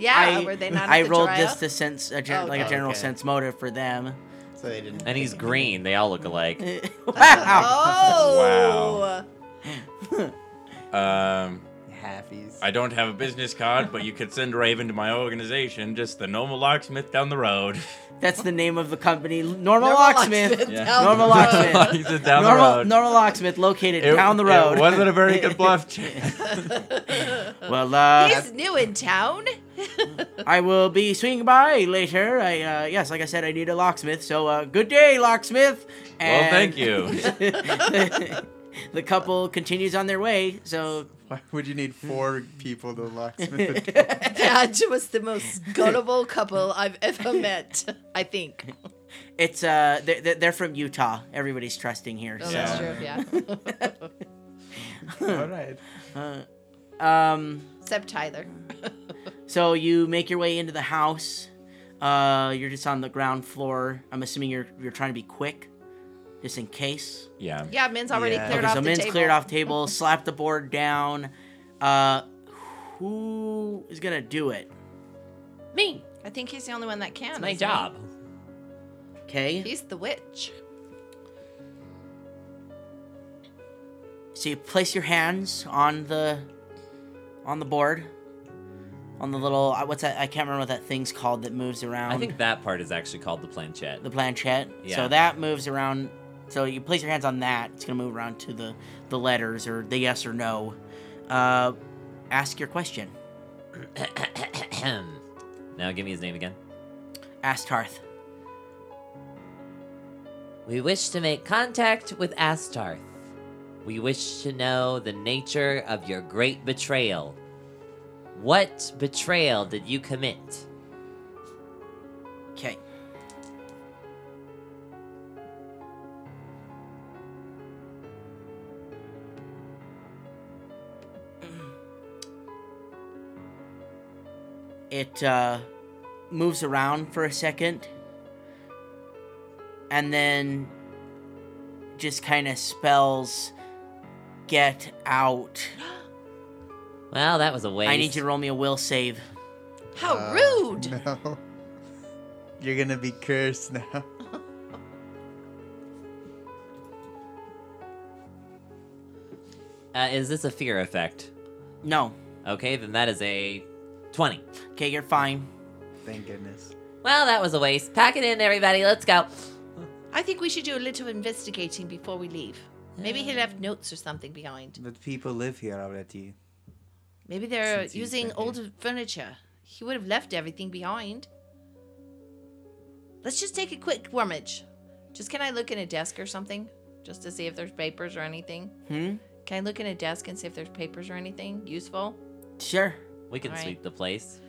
E: yeah,
B: I,
E: were they not? At
B: I
E: the
B: rolled
E: trial? Oh,
B: just to sense a gen- like a
E: Okay.
B: general
D: Okay.
B: sense motive for them.
D: So they didn't.
A: And he's green. They all look alike.
B: wow.
E: Oh.
C: Um,
D: halfies.
C: I don't have a business card, but you could send Raven to my organization, just the normal locksmith down the road.
B: That's the name of the company. Normal,
E: Normal
B: locksmith.
E: locksmith
C: Yeah.
E: down
B: Normal
E: the road.
B: locksmith.
C: Locksmith down
B: normal,
C: the road.
B: normal locksmith located
C: It-
B: down the road.
C: It wasn't a very good bluff. check.
B: well, uh,
E: He's new in town.
B: I will be swinging by later. I uh, yes, like I said, I need a locksmith. So uh, good day, locksmith.
C: well, thank
B: And-
C: you.
B: the couple continues on their way. So
D: Why would you need four people to locksmith a door?
B: it
E: that was the most gullible couple I've ever met. I think.
B: it's uh they're, they're- they're from Utah. Everybody's trusting here.
E: Oh,
B: so.
E: that's
C: Yeah.
E: true. Yeah.
D: All right.
B: Um,
E: Except Tyler.
B: so you make your way into the house. Uh, you're just on the ground floor. I'm assuming you're you're trying to be quick, just in case.
C: Yeah.
E: Yeah, Min's already
D: Yeah.
E: cleared
B: okay,
E: off
B: so
E: the
B: Min's
E: table.
B: cleared off table. slap the board down. Uh, who is gonna do it?
A: Me.
E: I think he's the only one that can.
A: It's my
E: isn't he?
A: job.
B: Okay.
E: He's the witch.
B: So you place your hands on the on the board, on the little uh, what's that? I can't remember what that thing's called that moves around.
A: I think that part is actually called the planchette.
B: the planchette.
A: Yeah.
B: So that moves around. So you place your hands on that. It's gonna move around to the the letters or the yes or no. Uh, ask your question.
A: now give me his name again.
B: Ask Tarth.
A: We wish to make contact with Astarth. We wish to know the nature of your great betrayal. What betrayal did you commit?
B: Okay. It uh, moves around for a second and then just kind of spells get out.
A: Well, that was a waste.
B: I need you to roll me a will save.
E: How
D: Uh,
E: rude!
D: No. You're gonna be cursed now.
A: Uh, is this a fear effect?
B: No.
A: Okay, then that is a 20.
B: Okay, you're fine.
D: Thank goodness.
A: Well, that was a waste. Pack it in, everybody. Let's go.
E: I think we should do a little investigating before we leave. Maybe he left notes or something behind.
D: But people live here already.
E: Maybe they're
D: Since he's
E: using
D: been
E: old furniture. He would have left everything behind. Let's just take a quick rummage. Just can I look in a desk or something? Just to see if there's papers or anything?
B: Hmm?
E: Can I look in a desk and see if there's papers or anything useful?
B: Sure.
A: We can
E: All right.
A: sweep the place.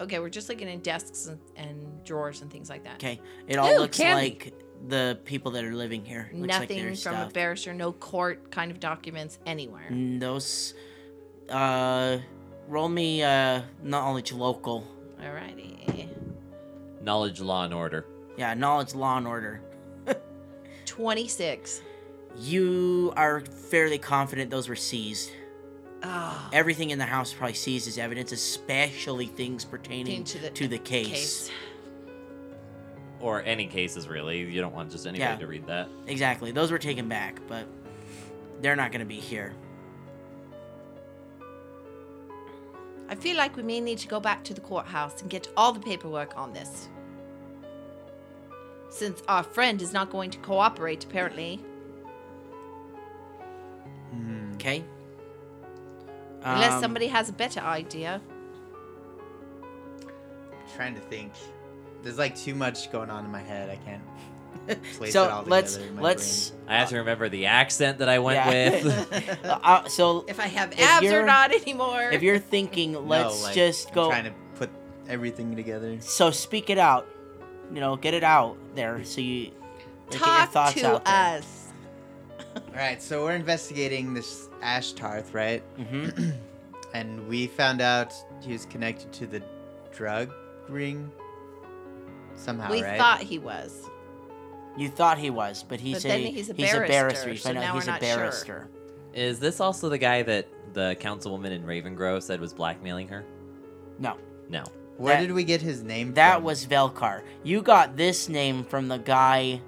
E: Okay, we're just looking in desks and, and drawers and things like that.
B: Okay. It all
E: Ooh,
B: looks
E: candy.
B: like the people that are living here. Looks like
E: Nothing
B: their
E: from
B: stuff.
E: a barrister, no court kind of documents anywhere.
B: Mm, Those. Uh, roll me uh knowledge local.
E: Alrighty.
A: Knowledge, law, and order.
B: Yeah, knowledge law and order.
E: 26.
B: You are fairly confident those were seized.
E: Ah,
B: Everything in the house probably seized as evidence, especially things pertaining
E: Pertaining to the-
B: case.
E: case.
A: Or any cases, really. You don't want just anybody
B: Yeah.
A: to read that.
B: Exactly. Those were taken back, but they're not going to be here.
E: I feel like we may need to go back to the courthouse and get all the paperwork on this. Since our friend is not going to cooperate, apparently,
B: Okay.
E: unless
B: Um,
E: somebody has a better idea.
D: trying to think. There's like too much going on in my head. I can't place it
B: So
D: all
B: let's
D: together in my
B: let's.
A: I have to remember the accent that I went
B: Uh, Yeah.
A: with.
B: Uh, uh, so
E: If I have
B: If
E: abs or
B: you're-
E: not anymore.
B: if you're thinking,
D: brain.
B: let's
D: No, like,
B: just
D: I'm
B: go.
D: trying to put everything together.
B: So speak it out. You know, get it out there so you like, get your
E: Talk
B: thoughts
E: to
B: out there.
E: us.
D: All right, so we're investigating this Ashtarth, right?
B: hmm
D: And we found out he was connected to the drug ring somehow,
E: we
D: right?
E: thought he was.
B: You thought he was, but he's
E: But
B: a
E: then he's a barrister,
B: You
E: so
B: find out
E: now
B: he's
E: we're
B: a
E: not sure.
B: barrister.
A: Is this also the guy that the councilwoman in Ravengrove said was blackmailing her?
B: No,
A: No.
D: Where
B: that-
D: did we get his name?
B: that
D: from?
B: was Velkar. You got this name from the guy
D: in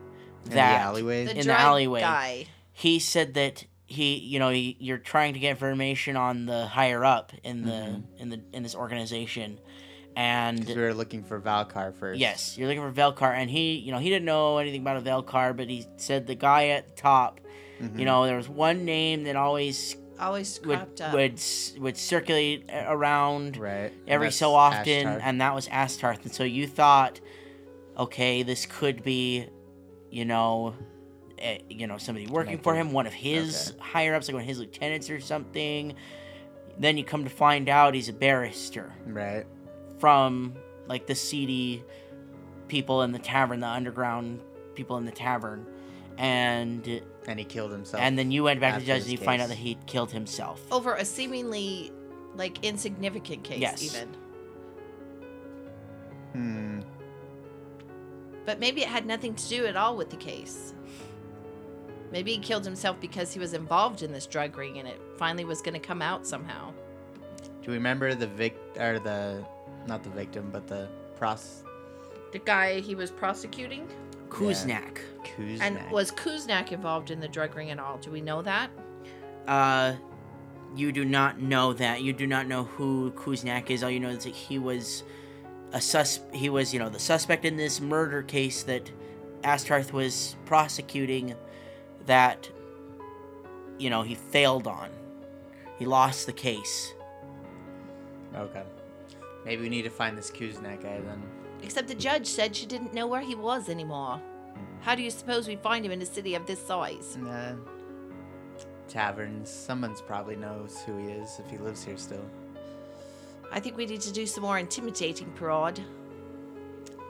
B: that
D: the alleyway.
E: The
B: the
E: drug
B: alleyway.
E: guy.
B: he said that he you know he, you're trying to get information on the higher up in the
D: Mm-hmm.
B: in the in this organization and
D: 'Cause we were looking for Valkar first.
B: Yes, you're looking for Velcar, and he, you know, he didn't know anything about a Velcar, but he said the guy at the top,
D: Mm-hmm.
B: you
D: Mm.
B: know, there was one name that always
E: Always
B: would
E: cropped up.
B: would s- would circulate a- around
D: Right. and
B: every so
D: that's
B: often,
D: Ashtar.
B: and that was Astarth, and so you thought, okay, this could be, you know. eh, You know somebody working for him, one of his higher ups, like one of his lieutenants or something. Then you come to find out he's a barrister
D: right.
B: from like the seedy people in the tavern, the underground people in the tavern, and
D: And he killed himself.
B: and then you went back to the
D: after
B: judge and
D: his
B: you find out
D: case.
B: that he killed himself.
E: over a seemingly like insignificant case
B: Yes.
E: even
D: Hmm.
E: but maybe it had nothing to do at all with the case maybe he killed himself because he was involved in this drug ring and it finally was going to come out somehow
D: Do we remember the vic or the not the victim but the pros
E: the guy he was prosecuting
B: Kuznak.
D: Kuznak?
E: and was kuznak involved in the drug ring at all do we know that
B: Uh, you do not know that. You do not know who Kuznak is. All you know is that he was a sus. He was, you know, the suspect in this murder case that Astarth was prosecuting. That, you know, he failed on. He lost the case.
D: okay. Maybe we need to find this Kuznak guy then.
E: except the judge said she didn't know where he was anymore how do you suppose we find him in a city of this size
D: Nah. Taverns. Someone's probably knows who he is if he lives here still.
E: i think we need to do some more intimidating parade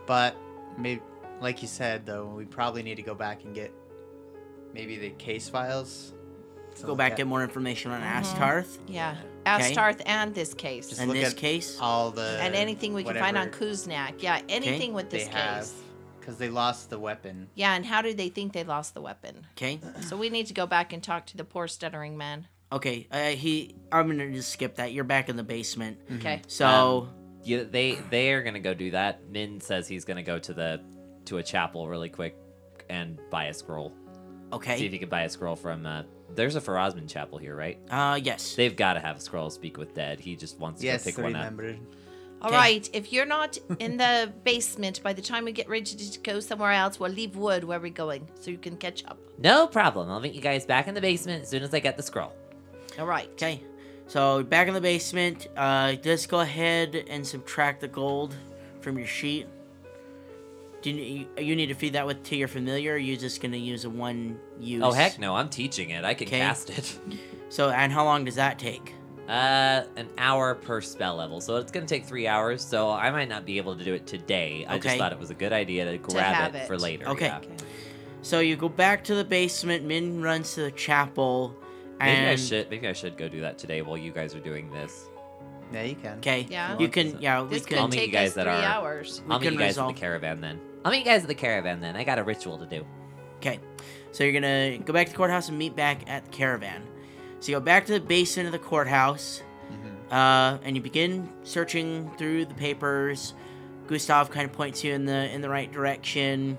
D: But maybe, like you said though, we probably need to go back and get maybe the case files. to
B: go
D: look
B: back
D: at
B: get more information on Astarth
E: yeah
B: Okay.
E: astarth and this case
D: Just
B: and
D: look
B: this
D: at
B: case.
D: all the
E: and anything we can find on
D: whatever
E: Kuznak. Yeah, anything with
D: they
E: this case.
D: have because they lost the weapon.
E: Yeah, and how did they think they lost the weapon?
B: Okay.
E: So we need to go back and talk to the poor stuttering man.
B: Okay. Uh, he. I'm gonna just skip that. You're back in the basement.
E: Okay.
B: So
A: You, they they are gonna go do that. Min says he's gonna go to the to a chapel really quick and buy a scroll. See if
B: okay.
A: he can buy a scroll from. Uh, there's a Farazman chapel here, right?
B: Uh yes.
A: They've got to have a scroll. Speak with dead. He just wants to go
D: Yes,
A: pick
D: I
A: one up.
D: remembered.
E: All
B: Okay.
E: right. If you're not in the basement by the time we get ready to go somewhere else, we'll leave Wood where we're going so you can catch up.
A: No problem. I'll meet you guys back in the basement as soon as I get the scroll.
E: All right.
B: Okay. So back in the basement. Uh, just go ahead and subtract the gold from your sheet. Do you, you need to feed that with to your familiar? Or are you just gonna use a one use?
A: Oh heck no! I'm teaching it. I can
B: Okay.
A: cast it.
B: So and how long does that take?
A: Uh, an hour per spell level, so it's gonna take three hours. So I might not be able to do it today. I just
B: Okay.
A: thought it was a good idea to grab
E: have
A: it,
E: it.
A: for later.
B: Okay.
A: yeah.
E: Okay.
B: So you go back to the basement. Min runs to the chapel.
A: Maybe I
B: And
A: should. Maybe I should go do that today while you guys are doing this.
D: Yeah, you can.
B: Okay.
E: Yeah.
B: You can. Yeah. We
E: This
B: can.
A: I'll
E: could
A: meet you
E: take
A: guys
E: us
A: at
E: three
A: our-
E: hours.
A: I'll meet
B: can
A: you guys
B: resolve-
A: at the caravan then. I'll meet you guys at the caravan then. I got a ritual to do.
B: Okay, so you're gonna go back to the courthouse and meet back at the caravan. So you go back to the basement of the courthouse, uh, and you begin searching through the papers. Gustav kind of points you in the in the right direction,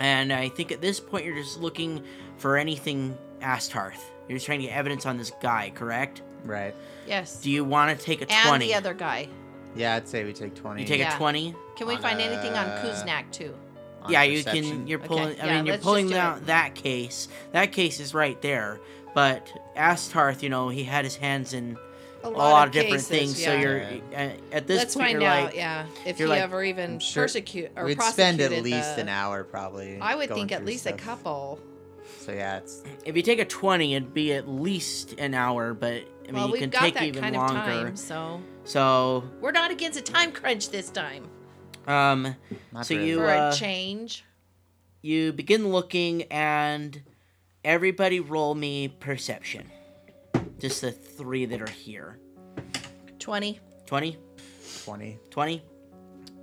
B: and I think at this point you're just looking for anything Astarth. You're just trying to get evidence on this guy, correct?
D: Right.
E: Yes.
B: Do you want to take a
E: and
B: twenty?
E: the other guy.
D: Yeah, I'd say we take twenty.
B: you take
E: Yeah.
B: a twenty.
E: Can we
D: On,
E: find anything on
D: uh,
E: Kuznak too?
D: on
B: yeah, you
D: perception.
B: can. You're
E: Okay,
B: pulling. I
E: yeah,
B: mean, you're
E: let's just
B: pulling
E: do
B: out
E: it.
B: that case. That case is right there. But Astarth, you know, he had his hands in a lot, of, different
E: cases,
B: things. So
E: yeah.
B: you're uh, at this
E: Let's
B: point,
E: find
B: you're
E: out,
B: like,
E: yeah, if he
B: you're like-
E: ever even
D: I'm sure-
E: persecute or
D: We'd spend
E: prosecuted
D: at least
E: the-
D: an hour probably.
E: I would
D: going
E: think at
D: through
E: least a
D: stuff.
E: couple.
D: So yeah, it's
B: if you take a twenty, it'd be at least an hour. But I mean,
E: well,
B: you
E: we've
B: can
E: got
B: take
E: that
B: even
E: kind
B: longer.
E: of time, so
B: So,
E: we're not against a time crunch this time
B: um,
D: Not
B: so
D: really.
B: you
E: for
B: uh,
E: a change.
B: you begin looking, and everybody roll me perception. Just the three that are here.
E: Twenty.
B: 20,
D: twenty.
B: 20,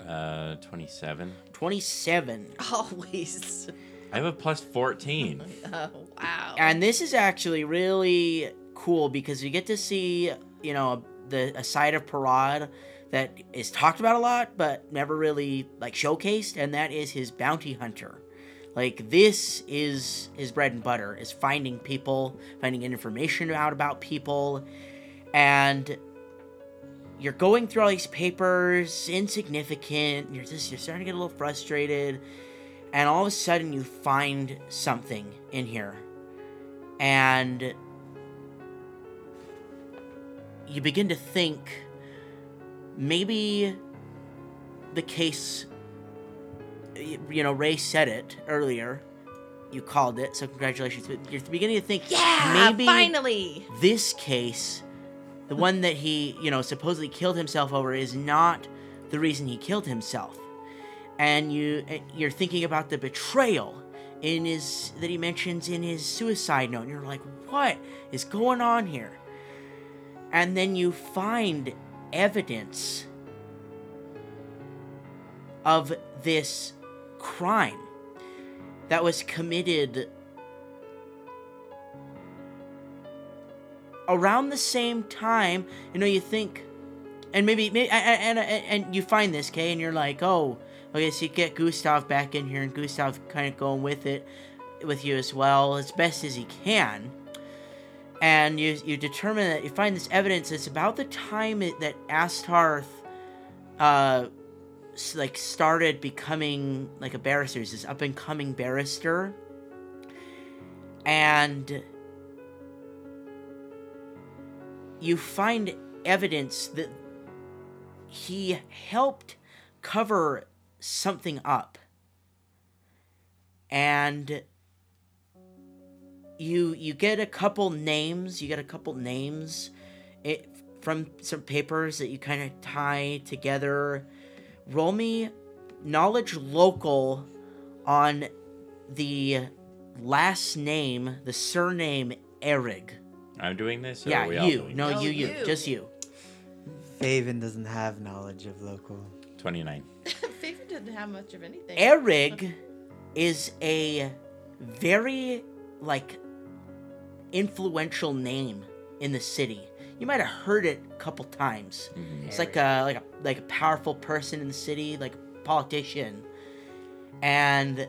C: Uh, 27.
B: 27.
E: Always.
C: I have a plus 14.
E: Oh wow.
B: and this is actually really cool because you get to see you know the a side of Parad that is talked about a lot but never really like showcased and that is his bounty hunter Like this is his bread and butter is finding people, finding information out about people, and you're going through all these papers, insignificant. You're just you're starting to get a little frustrated, and all of a sudden you find something in here, and you begin to think maybe the case y- you know ray said it earlier you called it so congratulations but you're beginning to think
E: Yeah,
B: maybe
E: finally.
B: this case, the one that he, you know, supposedly killed himself over, is not the reason he killed himself. And you, eh, you're thinking about the betrayal in his that he mentions in his suicide note, and you're like, what is going on here? And then you find evidence of this crime that was committed around the same time, you know, you think, and maybe, may and, and, and, and you find this, okay, and you're like, oh, okay, so you get Gustav back in here, and Gustav kind of going with it, with you as well, as best as he can. And you, you determine that you find this evidence. It's about the time it, that Astarth, uh, s- like started becoming like a barrister, he's this up and coming barrister, and you find evidence that he helped cover something up. And you you get a couple names, you get a couple names it, from some papers that you kind of tie together. Roll me knowledge local on the last name, the surname Erig.
C: I'm doing this. Or
B: Yeah,
C: are we all
B: you.
C: doing
B: No,
E: No,
B: you, you,
E: you.
B: just you.
D: Faven doesn't have knowledge of local.
C: it? 29.
E: Favorite didn't have much of anything.
B: Erig is a very like influential name in the city. You might have heard it a couple times. It's like a like a like a powerful person in the city, like a politician, and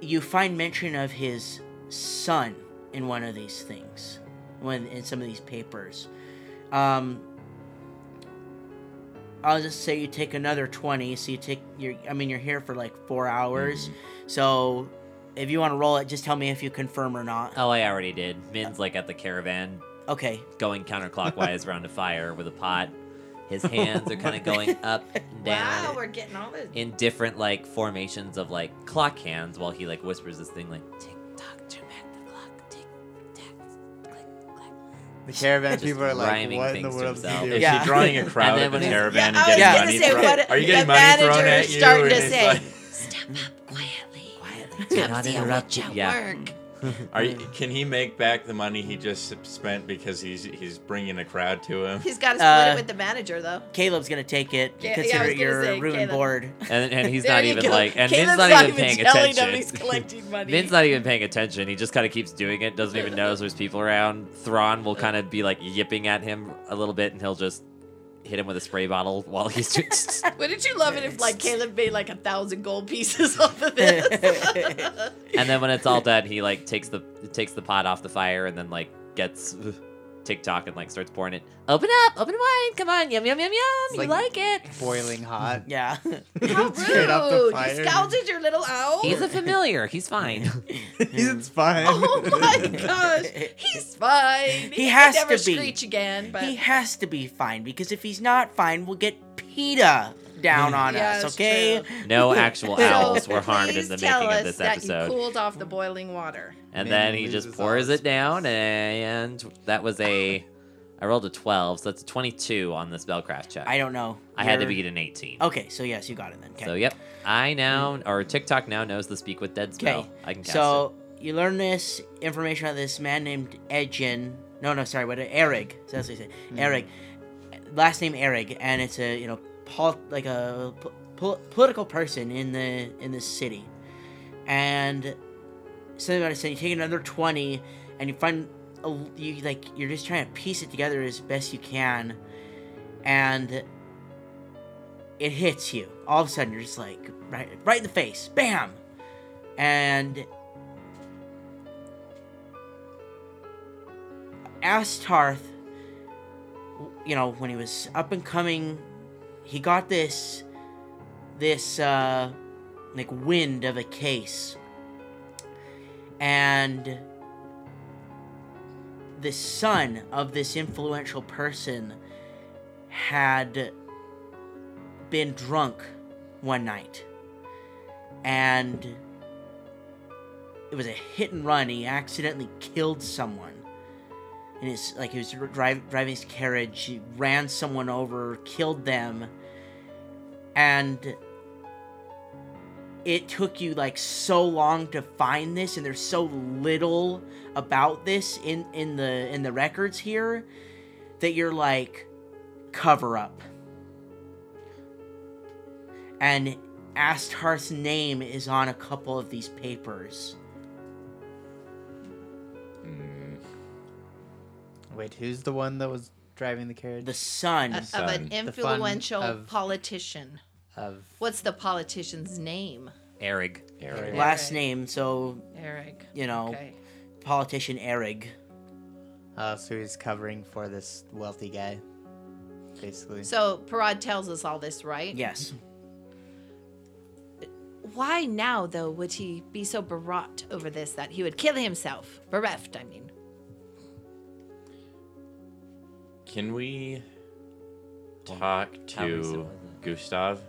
B: you find mention of his son in one of these things, when in some of these papers. Um, I'll just say you take another twenty, so you take your. I mean, you're here for like four hours,
A: Mm-hmm.
B: so if you want to roll it, just tell me if you confirm or not.
A: Oh, I already did. Min's like at the caravan,
B: Okay,
A: going counterclockwise around a fire with a pot. His hands are kind of going up and down
E: Oh Wow, we're getting all this.
A: in different like formations of like clock hands while he like whispers this thing like tick tock, turn back the clock, tick tack, click clack.
D: The caravan
A: Just
D: people are like,
A: rhyming
D: what in the
A: things to
D: world is
A: himself.
D: he
C: Is
D: doing?
B: Yeah.
C: she drawing a crowd
A: then
C: at the
A: when he's-
C: caravan
E: Yeah, I
C: and getting
E: was gonna
C: money
E: say,
C: thrown?
E: what-
C: Are you
E: the
C: getting money thrown
E: manager
C: at
E: is
C: you?
E: starting
C: And
E: to
C: it's
E: say-
C: like-
E: Step up quietly. Quietly.
A: Do not interrupt you. Yeah.
E: Work.
C: Are you, can he make back the money he just spent because he's he's bringing a crowd to him?
E: He's got to split
B: Uh,
E: it with the manager, though.
B: Caleb's gonna take it.
E: Yeah, yeah, I
B: consider
E: was
B: it
E: gonna
B: your
E: say,
B: room and
E: Caleb.
B: board.
A: And, and he's
E: There
A: not
E: you
A: even
E: go.
A: like, and
E: Caleb's
A: Min's not,
E: not
A: even
E: even
A: paying
E: telling
A: attention.
E: him he's collecting money.
A: Min's not even paying attention. He just kind of keeps doing it. Doesn't even notice there's people around. Thrawn will kind of be like yipping at him a little bit, and he'll just hit him with a spray bottle while he's doing.
E: Wouldn't you love it if like Caleb made like a thousand gold pieces off of this?
A: and then when it's all done, he like takes the takes the pot off the fire and then like gets TikTok and like starts pouring it. Open up, open wine, come on, yum yum yum yum. you
D: like-
A: like it?
D: Boiling hot.
B: Yeah.
E: How rude!
D: Straight off the
E: You
D: fire.
E: scalded your little owl.
A: He's a familiar. He's fine.
D: it's fine.
E: oh my gosh, he's fine. He, can
B: has
E: never
B: to be.
E: screech again. But
B: he has to be fine because if he's not fine, we'll get PETA down
A: Mm.
B: on
E: Yeah,
B: us,
E: it's
B: okay?
A: No actual
E: So,
A: owls were harmed in
E: please
A: the
E: tell
A: making of
E: us
A: this
E: that
A: episode.
E: You cooled off the boiling water.
A: And
D: Man
A: then he just
D: loses
A: pours
D: all his
A: it down, and that was a. I rolled a 12, so that's a 22 on the spellcraft check.
B: I don't know.
A: I Oh, had to
B: You're-
A: beat an 18.
B: Okay, so yes, you got it then. Okay.
A: So, yep. I now, or TikTok now knows the Speak with Dead spell.
B: Okay,
A: I can cast
B: So you learn this information about this man named Edgin. No, no, sorry, what Eric. So that's what he said. Eric, last name Eric, and it's a you know pol- like a po- pol- political person in the in the city, and something about it said you take another twenty, and you find a, you like you're just trying to piece it together as best you can, and it hits you all of a sudden. You're just like right right in the face, bam and Astarth, you know, when he was up and coming, he got this, this, uh, like wind of a case. And the son of this influential person had been drunk one night. And it was a hit and run. He accidentally killed someone. And it's like he was dri- driving his carriage, he ran someone over, killed them. And it took you like so long to find this and there's so little about this in in the in the records here that you're like cover up and astarth's name is on a couple of these papers
D: Wait, who's the one that was driving the carriage?
B: the son
E: A- of
C: son.
E: an
C: The
D: fun
E: influential
D: of-
E: politician.
D: of
E: What's the politician's name?
A: Eric.
C: Eric.
B: last
E: Eric.
B: name so
E: Eric.
B: you know
E: Okay.
B: politician Eric.
D: uh, so he's covering for this wealthy guy, basically.
E: So Parad tells us all this, right?
B: yes
E: Why now, though, would he be so bereft over this that he would kill himself? Bereft, I mean.
C: Can we talk
A: how recent
C: to
A: was it?
C: Gustav?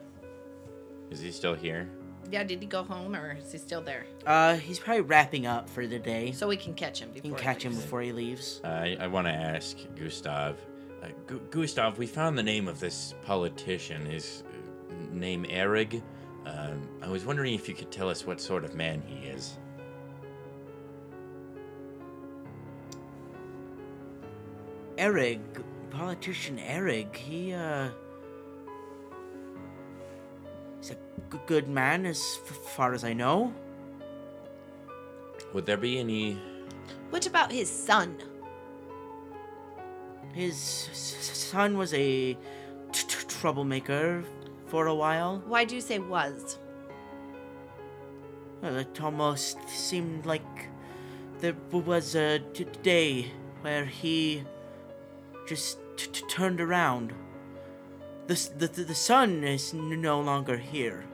C: Is he still here?
E: Yeah, did he go home or is he still there?
B: uh he's probably wrapping up for the day
E: So we can catch him before.
B: you can
E: he
B: catch him
E: leaves.
B: before he leaves
C: Uh, I, I want to ask Gustav. Uh, Gu- Gustav, we found the name of this politician. His uh, name Erig. Um, I was wondering if you could tell us what sort of man he is.
B: Eric, politician Eric, he, uh. He's a g- good man as f- far as I know.
C: Would there be any?
E: What about his son?
B: His s- s- son was a t- t- troublemaker for a while.
E: Why do you say was?
B: Well, it almost seemed like there w- was a d- day where he just t- t- turned around. The, s- the, the son is n- no longer here.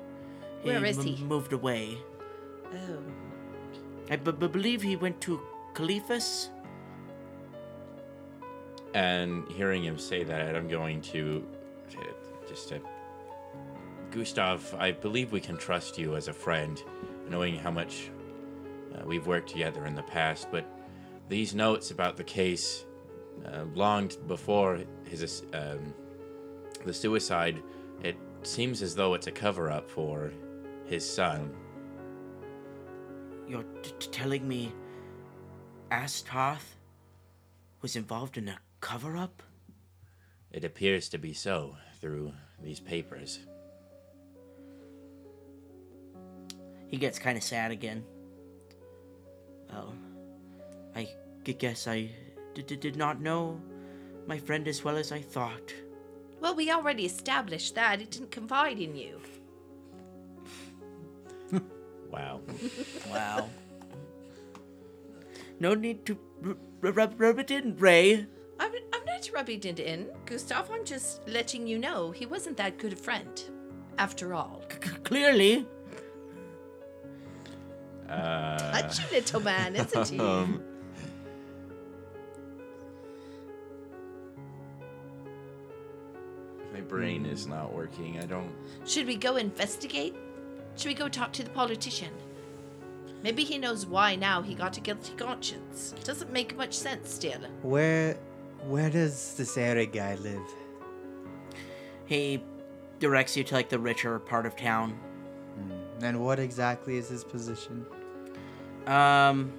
E: Where is
B: m-
E: he?
B: Moved away.
E: Oh,
B: I b- b- believe he went to Caliphus.
C: And hearing him say that, I'm going to to- just to. Gustav, I believe we can trust you as a friend, knowing how much uh, we've worked together in the past. But these notes about the case, uh, long t- before his um, the suicide, it seems as though it's a cover up for his son.
B: You're t- t- telling me Astarth was involved in a cover up?
C: It appears to be so through these papers.
B: He gets kind of sad again. Well, I g- guess I d- d- did not know my friend as well as I thought.
E: well, we already established that he didn't confide in you.
C: Wow.
B: Wow. no need to r- r- rub rub it in, Ray.
E: I'm, I'm not rubbing it in, Gustav. I'm just letting you know he wasn't that good a friend, after all.
B: C- c- clearly.
C: Uh,
E: Touchy little man, isn't he?
B: Oh,
C: My brain is not working. I don't.
E: Should we go investigate? Should we go talk to the politician? Maybe he knows why now he got a guilty conscience. Doesn't make much sense still.
D: where, where does this Eric guy live?
B: He directs you to like the richer part of town.
D: And what exactly is his position?
B: Um,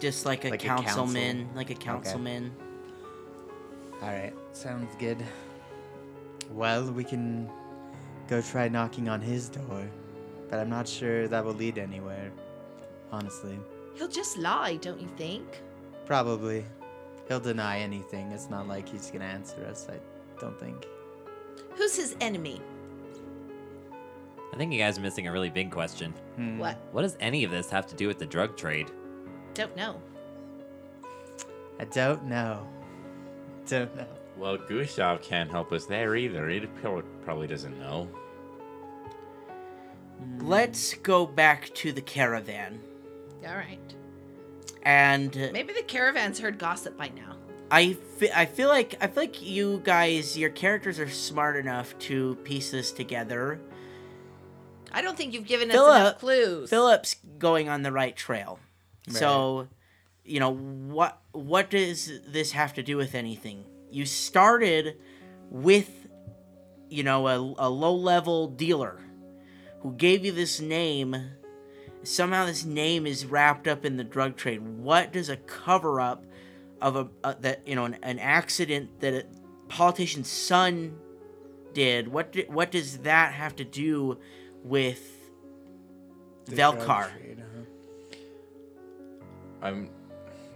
B: just like a
D: Like a council?
B: councilman, like a councilman.
D: All right, sounds good. Well, we can go try knocking on his door, but I'm not sure that will lead anywhere. Honestly,
E: He'll just lie, don't you think?
D: probably. He'll deny anything. It's not like he's gonna answer us. I don't think.
E: Who's his enemy?
A: I think you guys are missing a really big question.
C: Hmm.
E: What?
A: What does any of this have to do with the drug trade?
E: Don't know.
D: I don't know. Don't know.
C: Well, Gustav can't help us there either. He prob- probably doesn't know.
B: Let's go back to the caravan.
E: All right.
B: And uh,
E: Maybe the caravan's heard gossip by now.
B: I, fe- I feel like I feel like you guys, your characters are smart enough to piece this together.
E: I don't think you've given us
B: Philip-
E: enough clues.
B: Philip's going on the right trail. So, you know, what what does this have to do with anything? You started with you know a, a low-level dealer who gave you this name. Somehow this name is wrapped up in the drug trade. What does a cover up of a, a that you know an, an accident that a politician's son did? What do, what does that have to do with
D: The
B: Velcar.
D: drug trade, huh?
C: I'm.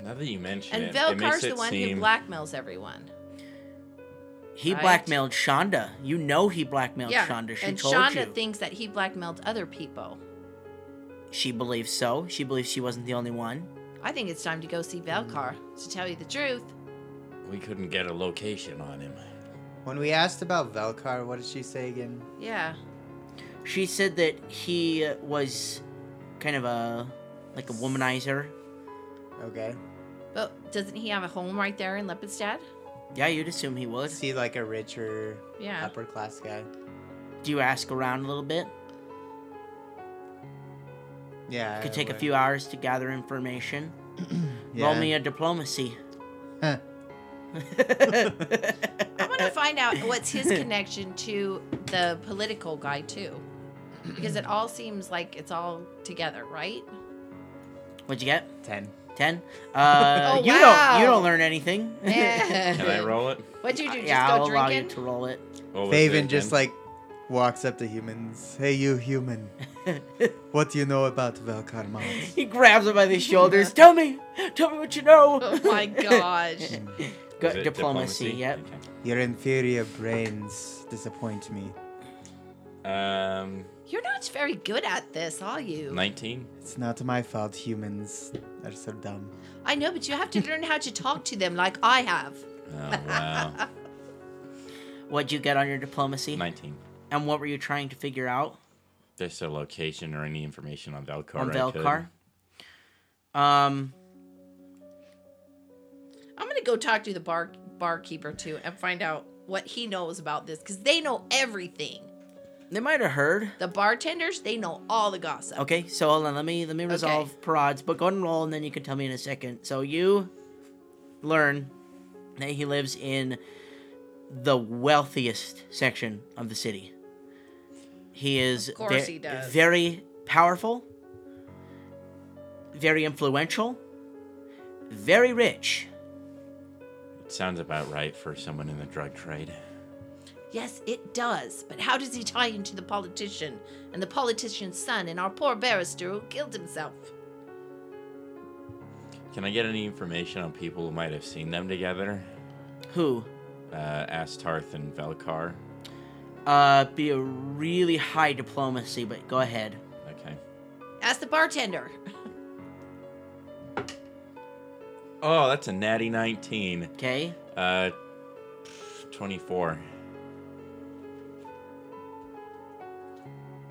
C: Now that you mention
E: and
C: it, it makes
E: Velkar's
C: it
E: the one
C: seem
E: who blackmails everyone.
B: He
E: Right?
B: blackmailed Shonda. You know he blackmailed
E: yeah.
B: Shonda. She
E: and
B: told
E: Shonda
B: you.
E: thinks that he blackmailed other people.
B: she believes so. She believes she wasn't the only one.
E: I think it's time to go see Velkar. To tell you the truth,
C: we couldn't get a location on him.
D: When we asked about Velcar, what did she say again?
E: yeah,
B: She said that he was kind of a like a womanizer.
D: Okay.
E: but doesn't he have a home right there in Lippenstadt?
B: Yeah, you'd assume he
D: Is
B: was.
D: he like a richer
B: Uh,
E: Yeah.
D: upper class guy?
B: Do you ask around a little bit?
D: Yeah.
B: Could take a
D: would.
B: few hours to gather information. Roll
D: Yeah.
B: me a diplomacy.
D: Huh.
E: I
B: uh,
E: want to find out what's his connection to the political guy too, because it all seems like it's all together, right?
B: What'd you get?
D: ten.
B: Ten. Uh,
E: Oh,
B: you
E: wow.
B: don't. You don't learn anything.
C: Can I roll it?
E: Eh, What'd you do? Just
B: Uh, yeah,
E: go
B: I'll allow you
E: drinking?
B: to roll it.
C: What was it
D: Faven just
C: again?
D: like walks up to humans. Hey, you human. what do you know about Velcar Mons?
B: He grabs him by the shoulders. tell me, tell me what you know.
E: Oh my gosh!
C: Hmm.
B: Go-
C: Was it
B: diplomacy, Yep.
D: Your inferior brains disappoint me.
C: Okay. Um,
E: You're not very good at this, are you?
C: 19.
D: It's not my fault humans are so dumb.
E: I know, but you have to learn how to talk to them like I have.
C: Oh, wow.
B: What'd you get on your diplomacy?
C: 19.
B: And what were you trying to figure out
C: There's no location or any information on Velcar.
B: on
C: I could-
B: Velcar? Um,
E: I'm gonna go talk to the bar barkeeper too and find out what he knows about this because they know everything.
B: they might have heard.
E: The bartenders, they know all the gossip.
B: Okay, so hold on. Let me let me resolve Parad's, but go ahead and roll, and then you can tell me in a second. So you learn that he lives in the wealthiest section of the city. He is
E: Of course he does.
B: very powerful, very influential, very rich.
C: It sounds about right for someone in the drug trade.
E: Yes, it does. But how does he tie into the politician and the politician's son and our poor barrister who killed himself?
C: Can I get any information on people who might have seen them together?
B: Who?
C: Uh, asked Tarth and Velcar.
B: Uh, be a really high diplomacy, but go ahead.
C: Okay.
E: Ask the bartender.
C: Oh, that's a natty 19.
B: Okay.
C: Uh, 24.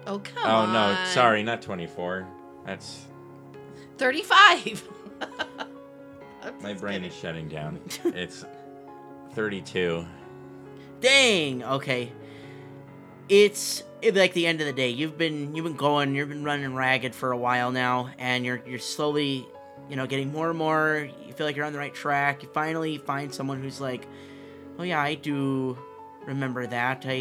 E: Oh come
C: Oh,
E: on.
C: no, sorry, not 24. That's.
E: Thirty-five. I'm
C: My
E: just
C: brain
E: kidding.
C: is shutting down. It's 32.
B: Dang. Okay. It's it- like the end of the day. You've been you've been going. You've been running ragged for a while now, and you're you're slowly, you know, getting more and more. You feel like you're on the right track. You finally find someone who's like, oh yeah, I do remember that. I,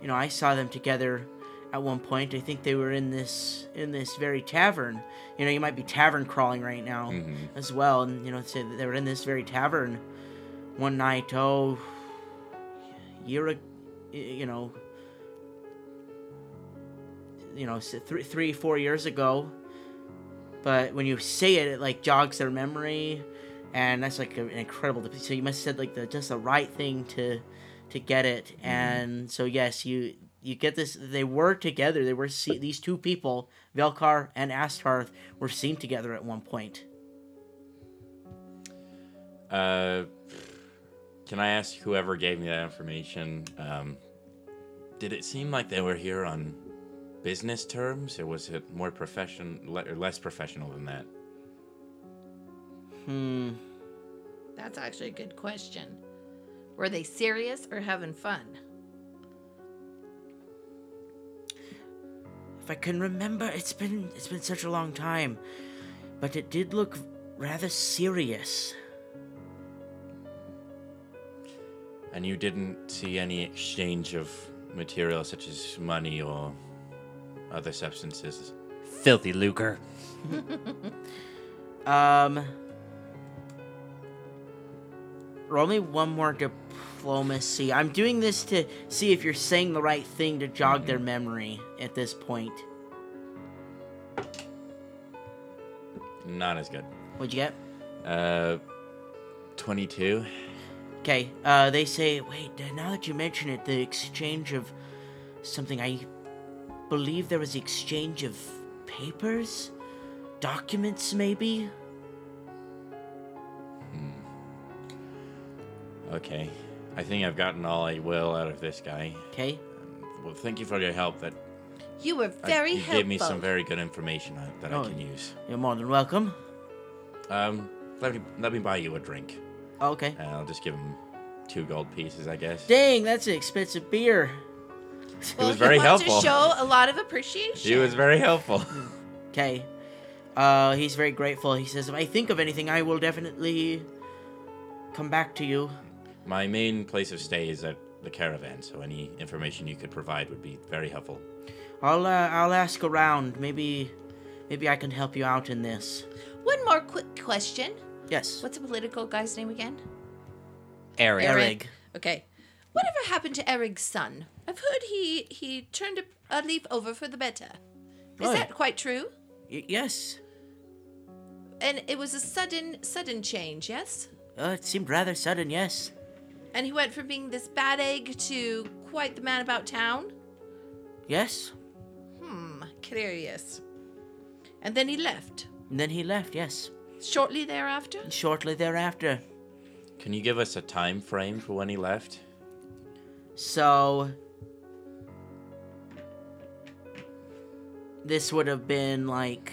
B: you know, I saw them together at one point. I think they were in this in this very tavern. You know, you might be tavern crawling right now
E: Mm-hmm.
C: hmm
B: as well, and you know, say that they were in this very tavern one night. Oh, year, ag- y- you know, you know, s- three, three, four years ago. But when you say it, it like jogs their memory, and that's like an incredible. dep- So you must have said like the just the right thing to to get it, and so yes, you you get this. They were together. They were see, these two people, Velkar and Astarth, were seen together at one point.
C: Uh, can I ask whoever gave me that information? Um, did it seem like they were here on business terms, or was it more profession, le- or less professional than that?
B: Hmm.
E: That's actually a good question. Were they serious or having fun?
B: If I can remember, it's been it's been such a long time, but it did look rather serious.
C: And you didn't see any exchange of material such as money or other substances.
A: Filthy lucre.
B: Um. Roll me one more diplomacy. I'm doing this to see if you're saying the right thing to jog their memory at this point.
C: Not as good.
B: What'd you get?
C: Uh, 22.
B: Okay, uh, they say, wait, uh, now that you mention it, the exchange of something, I believe there was the exchange of papers? Documents, maybe?
C: Okay. I think I've gotten all I will out of this guy.
B: Okay.
C: Well, thank you for your help. That
E: You were
C: I-
E: very
C: Uh, you
E: helpful.
C: gave me some very good information I- that
B: Oh.
C: I can use.
B: You're more than welcome.
C: Um, let me let me buy you a drink.
B: Oh, Okay.
C: And I'll just give him two gold pieces, I guess.
B: Dang, that's an expensive beer.
E: Well,
C: was very
E: you want
C: helpful.
E: To show a lot of appreciation.
C: She was very helpful.
B: Okay. Uh, he's very grateful. He says, if I think of anything, I will definitely come back to you.
C: My main place of stay is at the caravan, so any information you could provide would be very helpful.
B: I'll, uh, I'll ask around. Maybe, maybe I can help you out in this.
E: One more quick question.
B: Yes.
E: What's the political guy's name again?
A: Eric.
B: Eric.
E: Okay. Whatever happened to Eric's son? I've heard he he turned a, a leaf over for the better. Is
B: Oh.
E: that quite true?
B: Y- yes.
E: And it was a sudden sudden change, yes?
B: Uh, it seemed rather sudden, yes.
E: And he went from being this bad egg to quite the man about town.
B: Yes.
E: Hmm, curious. And then he left
B: And then he left, yes.
E: shortly thereafter.
B: Shortly thereafter.
C: Can you give us a time frame for when he left?
B: So. This would have been like.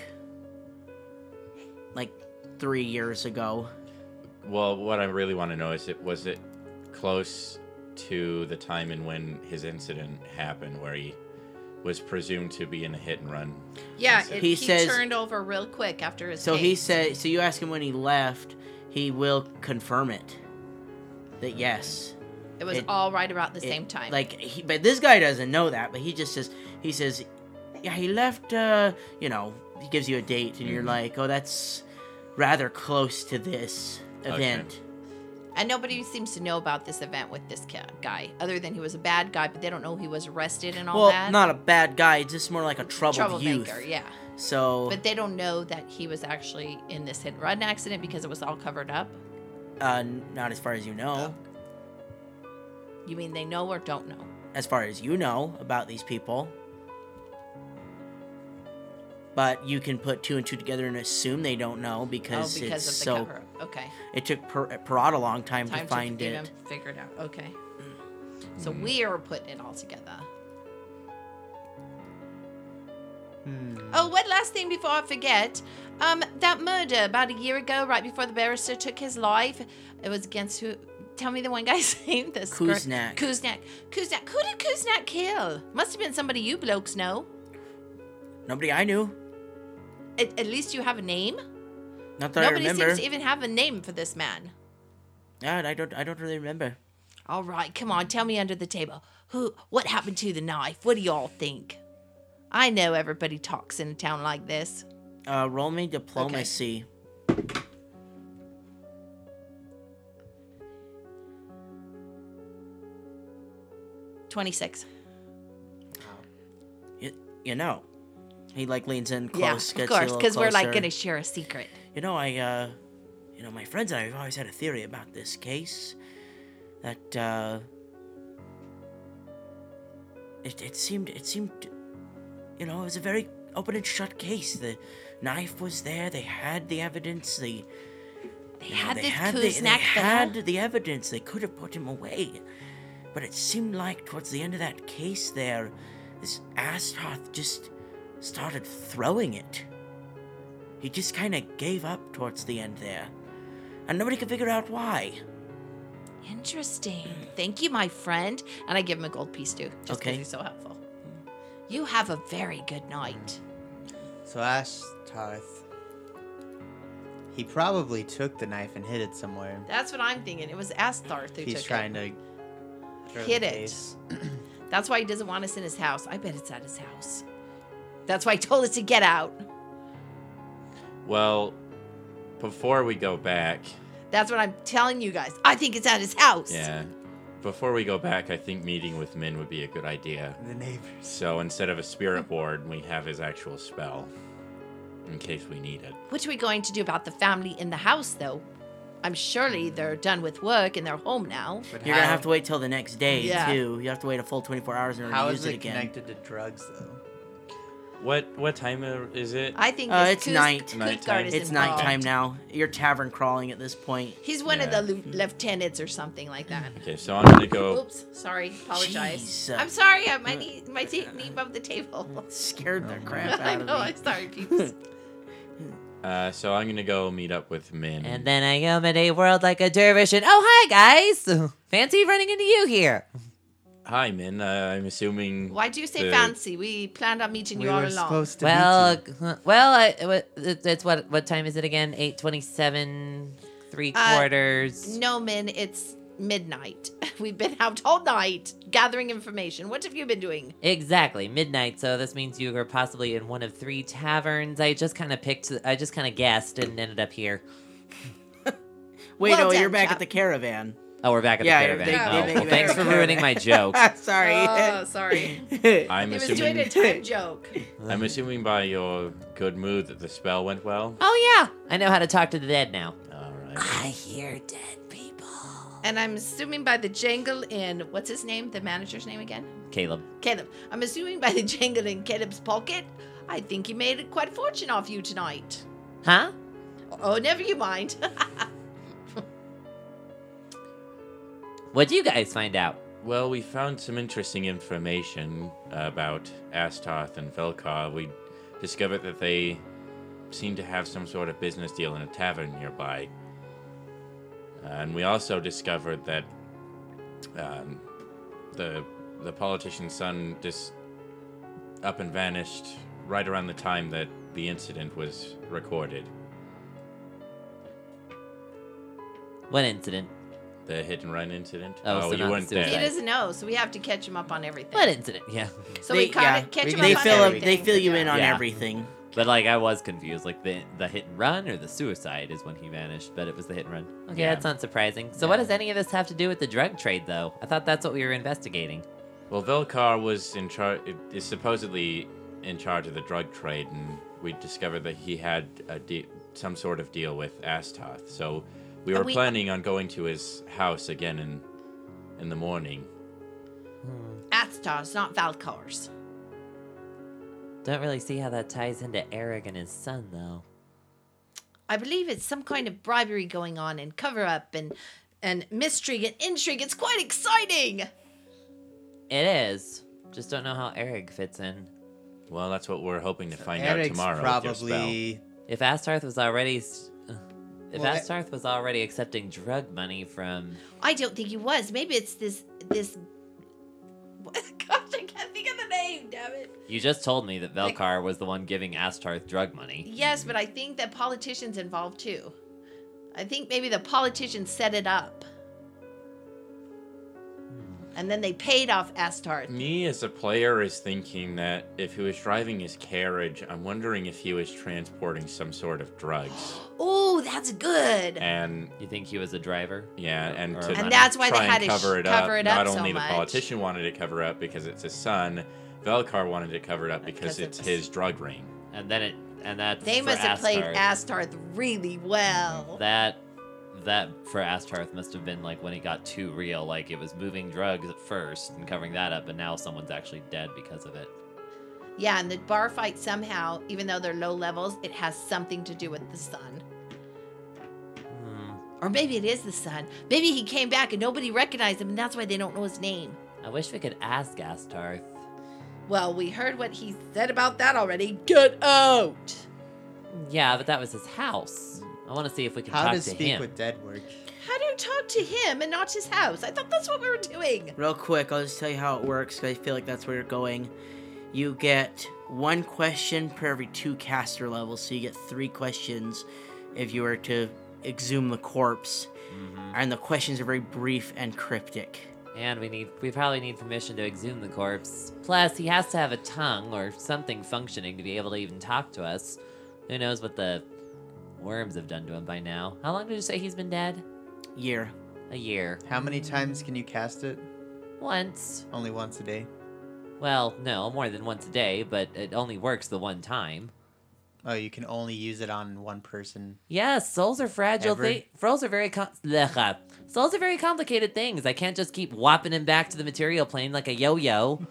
B: like three years ago.
C: Well, what I really want to know is it was it close to the time and when his incident happened where he was presumed to be in a hit and run.
E: Yeah,
C: He
E: it,
B: He
E: he,
B: says-
E: turned over real quick after his
B: So he
E: case.
B: said. So you ask him when he left, he will confirm it. That yes.
E: it was
B: it-
E: all right about the
B: it-
E: same time.
B: Like he, but this guy doesn't know that. But he just says he says, yeah, he left. Uh, you know, he gives you a date, and you're
E: Mm-hmm.
B: like, oh, that's rather close to this
C: Okay.
B: event.
E: And nobody seems to know about this event with this ca- guy, other than he was a bad guy, but they don't know he was arrested and all
B: well,
E: that.
B: not a bad guy, just more like a troubled youth.
E: troublemaker, yeah.
B: So
E: But they don't know that he was actually in this hit and run accident because it was all covered up.
B: uh, n- not as far as you know.
E: You mean they know or don't know? Oh,
B: As far as you know about these people. But you can put two and two together and assume they don't know because,
E: oh, because
B: it's
E: of the
B: so
E: cover up. Okay.
B: it took per- Parada a long time,
E: Time
B: to find
E: to
B: it. Mm.
E: even figure it out. Okay. So we are putting it all together.
B: Hmm.
E: Oh, one last thing before I forget. Um, that murder about a year ago, right before the barrister took his life, it was against who? Tell me the one guy's name. The scr-
B: Kuznak.
E: Kuznak. Kuznak. Who did Kuznak kill? Must have been somebody you blokes know.
B: Nobody I knew.
E: At, at least you have a name.
B: Not that
E: Nobody
B: I remember.
E: seems to even have a name for this man.
B: yeah, I don't. I don't really remember.
E: All right, come on, tell me under the table. Who what happened to the knife? What do y'all think? I know everybody talks in a town like this.
B: Uh, roll me diplomacy.
E: Twenty six.
B: Y- You, know, he like leans in close.
E: Yeah,
B: gets
E: of
B: you a
E: course,
B: little
E: because we're like
B: closer.
E: gonna share a secret.
B: You know, I, uh, you know, my friends and I have always had a theory about this case that, uh, It, it seemed it seemed, you know, it was a very open and shut case. The knife was there. They had the evidence. The
E: They
B: you know,
E: had
B: they
E: this
B: had the-
E: cool
B: they
E: snack
B: had
E: there.
B: the evidence. They could have put him away, but it seemed like towards the end of that case, there, this Astarth just started throwing it. He just kind of gave up towards the end there, and nobody could figure out why.
E: Interesting. Thank you, my friend. And I give him a gold piece too, just because
B: Okay.
E: he's so helpful. You have a very good night.
D: So Ashtarth, he probably took the knife and hid it somewhere.
E: That's what I'm thinking. It was Astharth who
D: He's
E: took
D: trying
E: it.
D: to throw the
E: Hid it.
D: case.
E: That's why he doesn't want us in his house. I bet it's at his house. That's why he told us to get out.
C: Well, before we go back,
E: That's what I'm telling you guys. I think it's at his house.
C: yeah, before we go back, I think meeting with Min would be a good idea.
D: The neighbors.
C: So instead of a spirit board, we have his actual spell in case we need it.
E: What are we going to do about the family in the house, though? I'm surely they're done with work and they're home now.
D: But
B: You're gonna have to wait till the next day
E: Yeah.
B: too. You have to wait a full 24 hours in order
D: How
B: to use
D: is
B: it
D: it
B: again.
D: connected to drugs though?
C: What what time are- is it?
E: I think
B: Uh,
E: this
B: it's
E: Kuz-
B: night.
E: Kuzguard
C: Nighttime.
E: is
B: It's
E: involved.
B: nighttime now. You're tavern crawling at this point.
E: He's one
C: Yeah.
E: of the lu- lieutenants or something like that.
C: Okay, so I'm gonna go.
E: Oops, sorry, apologize.
B: Jeez.
E: I'm sorry, I, my knee, my t- knee bumped the table.
B: Scared the crap
E: Oh, I
B: out
E: know,
B: of
E: I'm
B: me.
E: sorry, peeps.
C: Uh, so I'm gonna go meet up with Min.
A: And then I illuminate world like a dervish and oh hi guys! Fancy running into you here.
C: Hi, Min. Uh, I'm assuming.
E: Why'd you say
C: The-
E: fancy? We planned on meeting
D: We
E: you all
D: were
E: along.
D: supposed to.
A: well,
D: meet you.
A: uh, well, I, what- it- it's what what time is it again? Eight twenty-seven, three
E: Uh,
A: quarters.
E: No, Min, it's midnight. We've been out all night gathering information. What have you been doing?
A: Exactly, midnight. So this means you are possibly in one of three taverns. I just kind of picked, I just kind of guessed and ended up here.
B: Wait,
E: Well
B: no,
E: done,
B: you're back
E: chap.
B: at the caravan.
A: Oh, we're back at
B: Yeah,
A: the
B: you're-
A: caravan.
E: they- they
A: Oh,
E: make
A: well,
E: it
A: thanks for
E: very
A: ruining my joke.
B: Sorry.
E: Oh, sorry.
C: I'm
E: He was
C: assuming.
E: doing a time joke.
C: I'm assuming by your good mood that the spell went well.
A: Oh yeah, I know how to talk to the dead now.
C: All right.
A: I hear dead people.
E: And I'm assuming by the jangle in, what's his name? The manager's name again?
A: Caleb,
E: Caleb. I'm assuming by the jangle in Caleb's pocket, I think he made quite a fortune off you tonight.
A: huh?
E: Oh, never you mind.
A: What'd you guys find out?
C: Well, we found some interesting information about Astoth and Velkar. We discovered that they seem to have some sort of business deal in a tavern nearby. And we also discovered that um, the the politician's son just up and vanished right around the time that the incident was recorded.
A: What incident?
C: The hit and run incident.
A: Oh, so not
C: you
A: the
C: weren't
E: he
A: suicide.
C: there.
E: doesn't know, so we have to catch him up on everything.
A: What incident? Yeah.
E: so we
B: They-
E: kind of
B: yeah,
E: catch
D: we
E: him
D: can-
E: up
B: They
E: on
B: fill up,
E: everything.
B: they fill you in on
A: Yeah.
B: everything.
A: But like I was confused, like the the hit and run or the suicide is when he vanished, but it was the hit and run. Okay,
C: Yeah.
A: that's not surprising. So what does any of this have to do with the drug trade, though? I thought that's what we were investigating.
C: Well, Velkar was in charge. Is supposedly in charge of the drug trade, and we discovered that he had a de- some sort of deal with Astoth. So we
E: Are
C: were
E: we-
C: planning on going to his house again in in the morning.
E: Astar's, not Valkar's.
A: Don't really see how that ties into Eric and his son, though.
E: I believe it's some kind of bribery going on and cover up and and mystery and intrigue. It's quite exciting.
A: It is. Just don't know how Eric fits in.
C: Well, that's what we're hoping to find out
D: Eric's
C: tomorrow. with your spell.
D: probably.
A: If Astarth was already, s- ugh. if
D: Well, I-
A: Astarth was already accepting drug money from,
E: I don't think he was. Maybe it's this this. Gosh, I can't think of the name. Damn it.
A: you just told me that
E: Like-
A: Velkar was the one giving Astarth drug money.
E: Yes, but I think that politicians involved too. I think maybe the politicians set it up, and then they paid off Astarth.
C: Hmm. Me as a player is thinking that if he was driving his carriage, I'm wondering if he was transporting some sort of drugs.
E: Oh, that's good.
C: And
A: You think he was a driver?
C: Yeah,
A: Or-
C: and
A: or
C: to
A: a
E: And
A: runner?
E: that's why they
C: try and
E: had to sh-
C: cover it
E: cover
C: up.
E: it
C: Not
E: up so
C: only
E: much.
C: the politician wanted it cover up because it's his son, Velkar wanted it covered up because
E: Because it
C: it's
E: was-
C: his drug ring.
A: and then it, and that's
E: They
A: for
E: must have played
A: Astarth.
E: Astarth really well.
A: That that for Astarth must have been like when it got too real. Like it was moving drugs at first and covering that up, but now someone's actually dead because of it.
E: Yeah, and the bar fight somehow, even though they're low levels, it has something to do with the sun.
D: Hmm.
E: Or maybe it is the sun. Maybe he came back and nobody recognized him, and that's why they don't know his name.
A: I wish we could ask Astarth.
E: Well, we heard what he said about that already. Get out!
A: Yeah, but that was his house. I want to see if we can
D: How
A: talk
D: does
A: to
D: speak
A: him.
D: with dead work?
E: How do you talk to him and not his house? I thought that's what we were doing.
B: Real quick, I'll just tell you how it works 'cause I feel like that's where you're going. You get one question per every two caster levels, so you get three questions if you were to exhume the corpse.
A: Mm-hmm.
B: And the questions are very brief and cryptic.
A: And we need we probably need permission to exhume the corpse. Plus, he has to have a tongue or something functioning to be able to even talk to us. Who knows what the worms have done to him by now? How long did you say he's been dead?
B: Year.
A: A year.
D: How many times can you cast it?
A: Once.
D: Only once a day.
A: Well, no, more than once a day, but it only works the one time.
D: Oh, you can only use it on one person.
A: Yes, souls are fragile.
D: Ever?
A: They souls are very com- Blech. souls are very complicated things. I can't just keep whopping him back to the material plane like a yo-yo.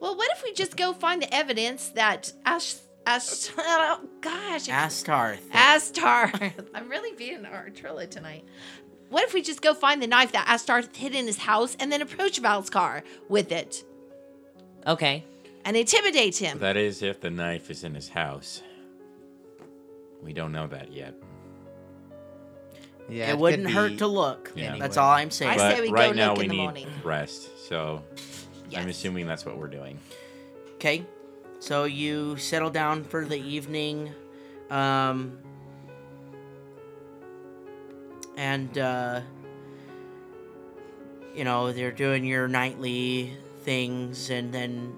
E: Well, what if we just go find the evidence that Ash. Ash. Oh, gosh. I
B: Astarth.
E: Astar. I'm really beating our Trilla tonight. What if we just go find the knife that Astar hid in his house and then approach Valskar with it
A: Okay.
E: and intimidate him?
C: That is if the knife is in his house. We don't know that yet.
D: Yeah,
B: it
D: could
B: wouldn't
D: be-
B: hurt to look.
C: Yeah.
B: That's
D: anywhere.
B: all I'm saying.
E: I
C: but
E: say we go
C: right
E: look
C: now
E: in
C: we
E: the
C: need
E: morning.
C: rest, so
E: Yes.
C: I'm assuming that's what we're doing.
B: Okay. So you settle down for the evening. Um, and, uh, you know, they're doing your nightly things and then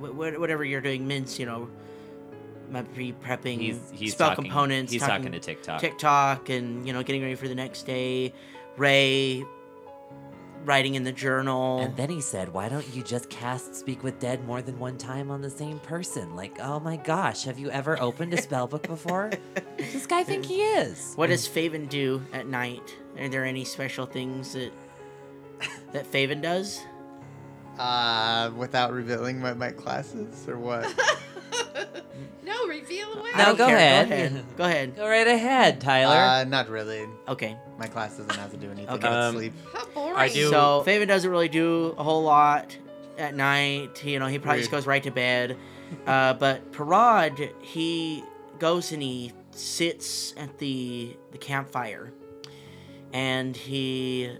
B: wh- wh- whatever you're doing, Mince, you know, might be prepping
A: He's
E: Mm.
A: he's
B: spell
A: talking,
B: components.
A: He's talking, to TikTok.
B: TikTok and, you know, getting ready for the next day. Ray writing in the journal.
A: And then he said, Why don't you just cast Speak with Dead more than one time on the same person? Like, oh my gosh, have you ever opened a spell book before? Does this guy think he is?
B: What does Faven do at night? Are there any special things that that Faven does?
D: Uh, without revealing my, my classes or what?
E: No, reveal away.
A: No,
B: I don't
A: go
B: care.
A: ahead.
B: Go ahead. Go ahead.
A: Go right ahead, Tyler.
D: uh, not really.
B: Okay.
D: My class doesn't have to do anything.
B: Okay.
D: Okay.
C: Um,
D: sleep.
E: How boring.
C: I do-
B: So Faven doesn't really do a whole lot at night. You know, he probably just
D: Rude.
B: goes right to bed. Uh, but Parad, he goes and he sits at the the campfire, and he,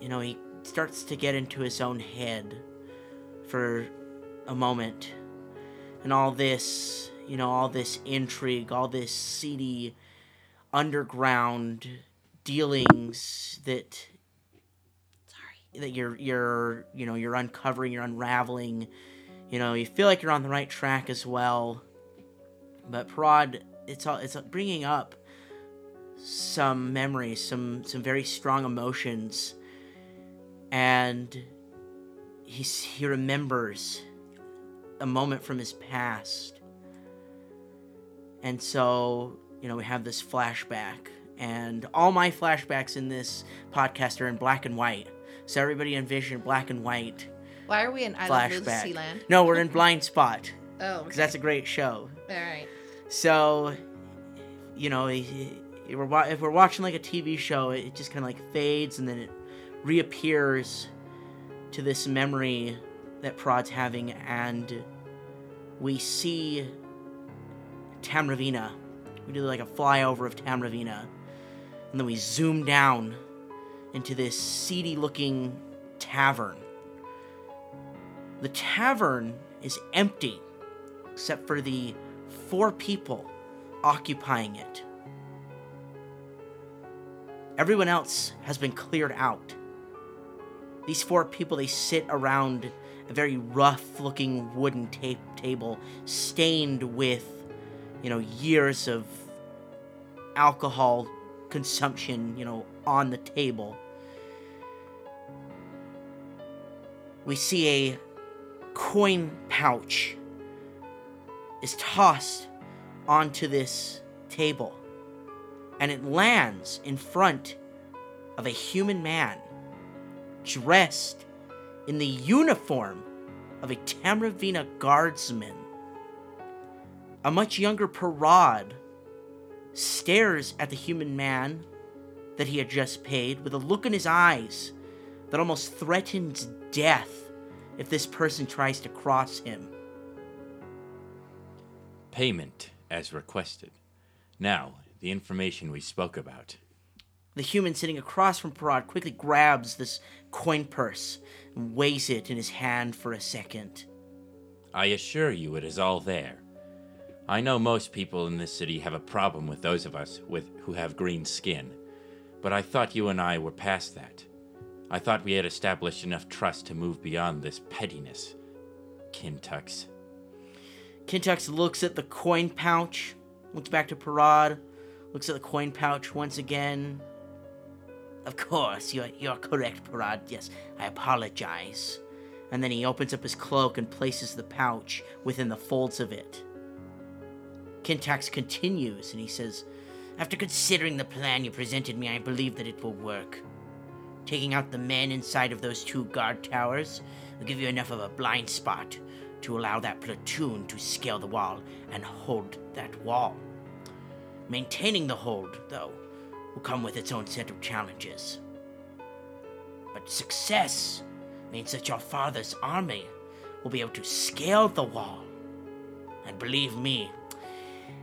B: you know, he starts to get into his own head for a moment, and all this, you know, all this intrigue, all this seedy underground dealings that that you're you're you know you're uncovering you're unraveling you know you feel like you're on the right track as well but prod it's all it's bringing up some memories some some very strong emotions and he's he remembers a moment from his past and so you know we have this flashback and all my flashbacks in this podcast are in black and white so everybody envision black and white
E: Why are we in I Love Lucy
B: flashback.
E: land?
B: No, we're in Blind Spot
E: Oh,
B: because
E: okay.
B: that's a great show.
E: all right.
B: So, you know, i- i- if we're, wa- if we're watching like a TV show, it just kind of like fades and then it reappears to this memory that Prod's having, and we see Tamravina. We do like a flyover of Tamravina, and then we zoom down into this seedy looking tavern. The tavern is empty except for the four people occupying it. Everyone else has been cleared out. These four people, they sit around a very rough looking wooden tape table stained with, you know, years of alcohol consumption, you know, on the table. We see a coin pouch is tossed onto this table. and it lands in front of a human man dressed in the uniform of a Tamravina guardsman. A much younger Parad stares at the human man that he had just paid with a look in his eyes that almost threatens death if this person tries to cross him.
C: Payment as requested. Now, the information we spoke about.
B: The human sitting across from Parad quickly grabs this coin purse and weighs it in his hand for a second.
C: I assure you it is all there. I know most people in this city have a problem with those of us with who have green skin, but I thought you and I were past that. I thought we had established enough trust to move beyond this pettiness. Kintux.
B: Kintux looks at the coin pouch, looks back to Parad, looks at the coin pouch once again. Of course, you're, you're correct, Parad. Yes, I apologize. And then he opens up his cloak and places the pouch within the folds of it. Kintax continues and he says, After considering the plan you presented me, I believe that it will work. Taking out the men inside of those two guard towers will give you enough of a blind spot to allow that platoon to scale the wall and hold that wall. Maintaining the hold, though, will come with its own set of challenges. But success means that your father's army will be able to scale the wall. And believe me,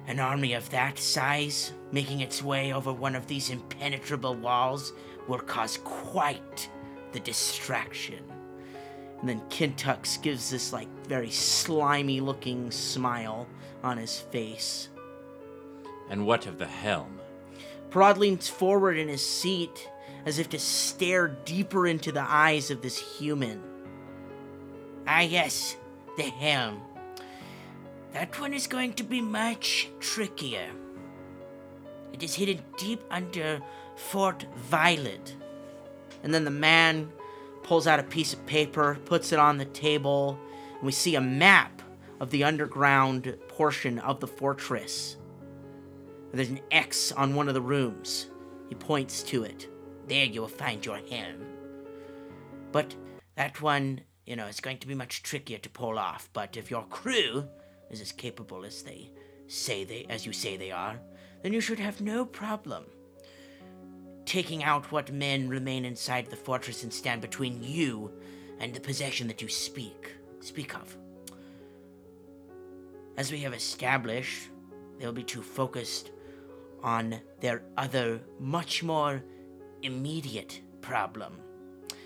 B: an army of that size making its way over one of these impenetrable walls will cause quite the distraction. And then Kintux gives this, like, very slimy looking smile on his face.
C: And what of the helm?
B: Prod leans forward in his seat as if to stare deeper into the eyes of this human. Ah, yes, the helm. That one is going to be much trickier. It is hidden deep under Fort Violet. And then the man pulls out a piece of paper, puts it on the table, and we see a map of the underground portion of the fortress. There's an X on one of the rooms. He points to it. There you will find your helm. But that one, you know, is going to be much trickier to pull off. But if your crew is as capable as they say they as you say they are, then you should have no problem taking out what men remain inside the fortress and stand between you and the possession that you speak speak of. As we have established, they'll be too focused on their other, much more immediate problem.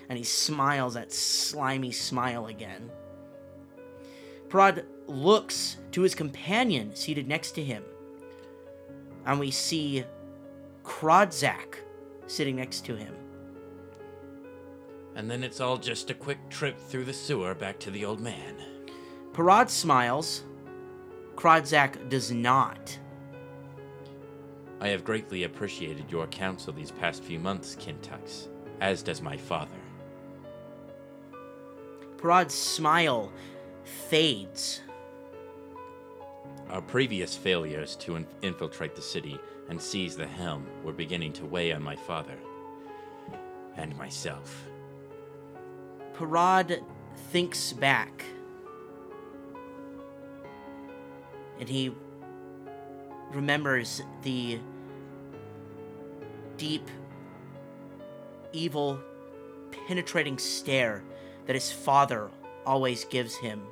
B: And he smiles that slimy smile again. Prod looks to his companion seated next to him, and we see Krodzak sitting next to him.
C: And then it's all just a quick trip through the sewer back to the old man.
B: Parad smiles, Krodzak does not.
C: I have greatly appreciated your counsel these past few months, Kintux, as does my father.
B: Parad's smile fades.
C: Our previous failures to in- infiltrate the city and seize the helm were beginning to weigh on my father and myself.
B: Parad thinks back. And he remembers the deep, evil, penetrating stare that his father always gives him.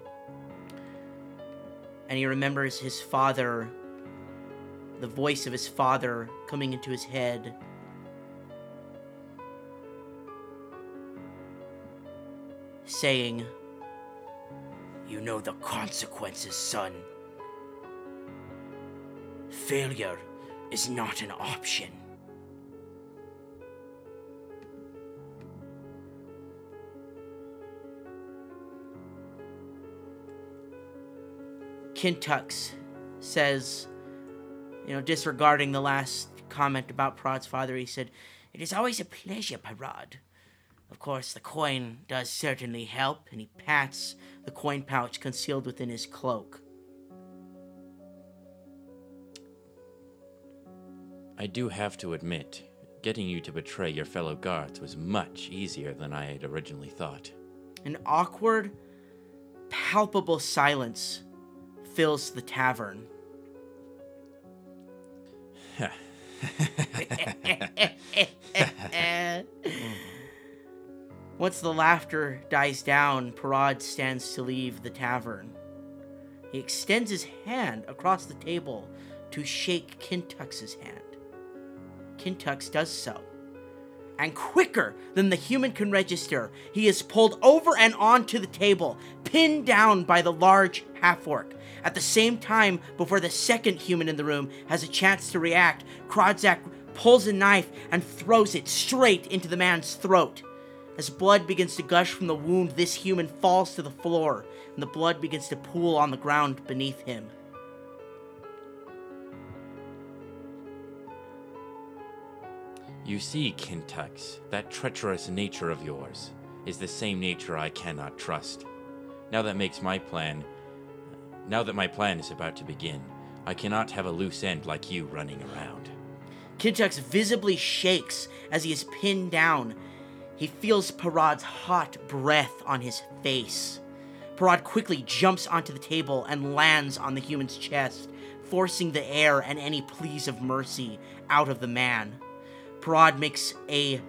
B: And he remembers his father, the voice of his father coming into his head. saying, You know the consequences, son. Failure is not an option. Kintux says, you know, disregarding the last comment about Parad's father, he said, It is always a pleasure, Parad. Of course, the coin does certainly help, and he pats the coin pouch concealed within his cloak.
C: I I do have to admit, getting you to betray your fellow guards was much easier than I had originally thought.
B: An awkward, palpable silence fills the tavern. Once the laughter dies down, Parad stands to leave the tavern. He extends his hand across the table to shake Kintux's hand. Kintux does so. And quicker than the human can register, he is pulled over and onto the table, pinned down by the large half orc. At the same time, before the second human in the room has a chance to react, Krodzak pulls a knife and throws it straight into the man's throat. As blood begins to gush from the wound, this human falls to the floor, and the blood begins to pool on the ground beneath him.
C: You see, Kintux, that treacherous nature of yours is the same nature I cannot trust. Now that makes my plan. Now that my plan is about to begin, I cannot have a loose end like you running around.
B: Kintux visibly shakes as he is pinned down. He feels Parad's hot breath on his face. Parad quickly jumps onto the table and lands on the human's chest, forcing the air and any pleas of mercy out of the man. Parad makes a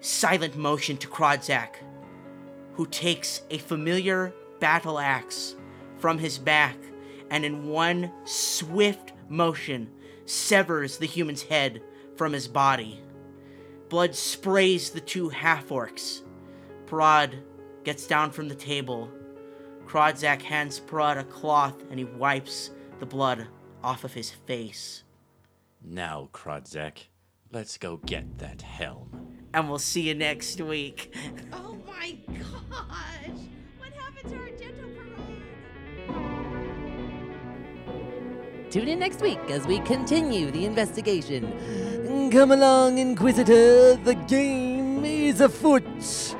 B: silent motion to Krodzak, who takes a familiar battle axe from his back and in one swift motion severs the human's head from his body. Blood sprays the two half orcs. Parad gets down from the table. Krodzak hands Parad a cloth and he wipes the blood off of his face.
C: Now, Krodzek, let's go get that helm.
B: And we'll see you next week.
E: Oh my gosh! What happened to our gentle parade?
A: Tune in next week as we continue the investigation. Come along, Inquisitor, the game is afoot.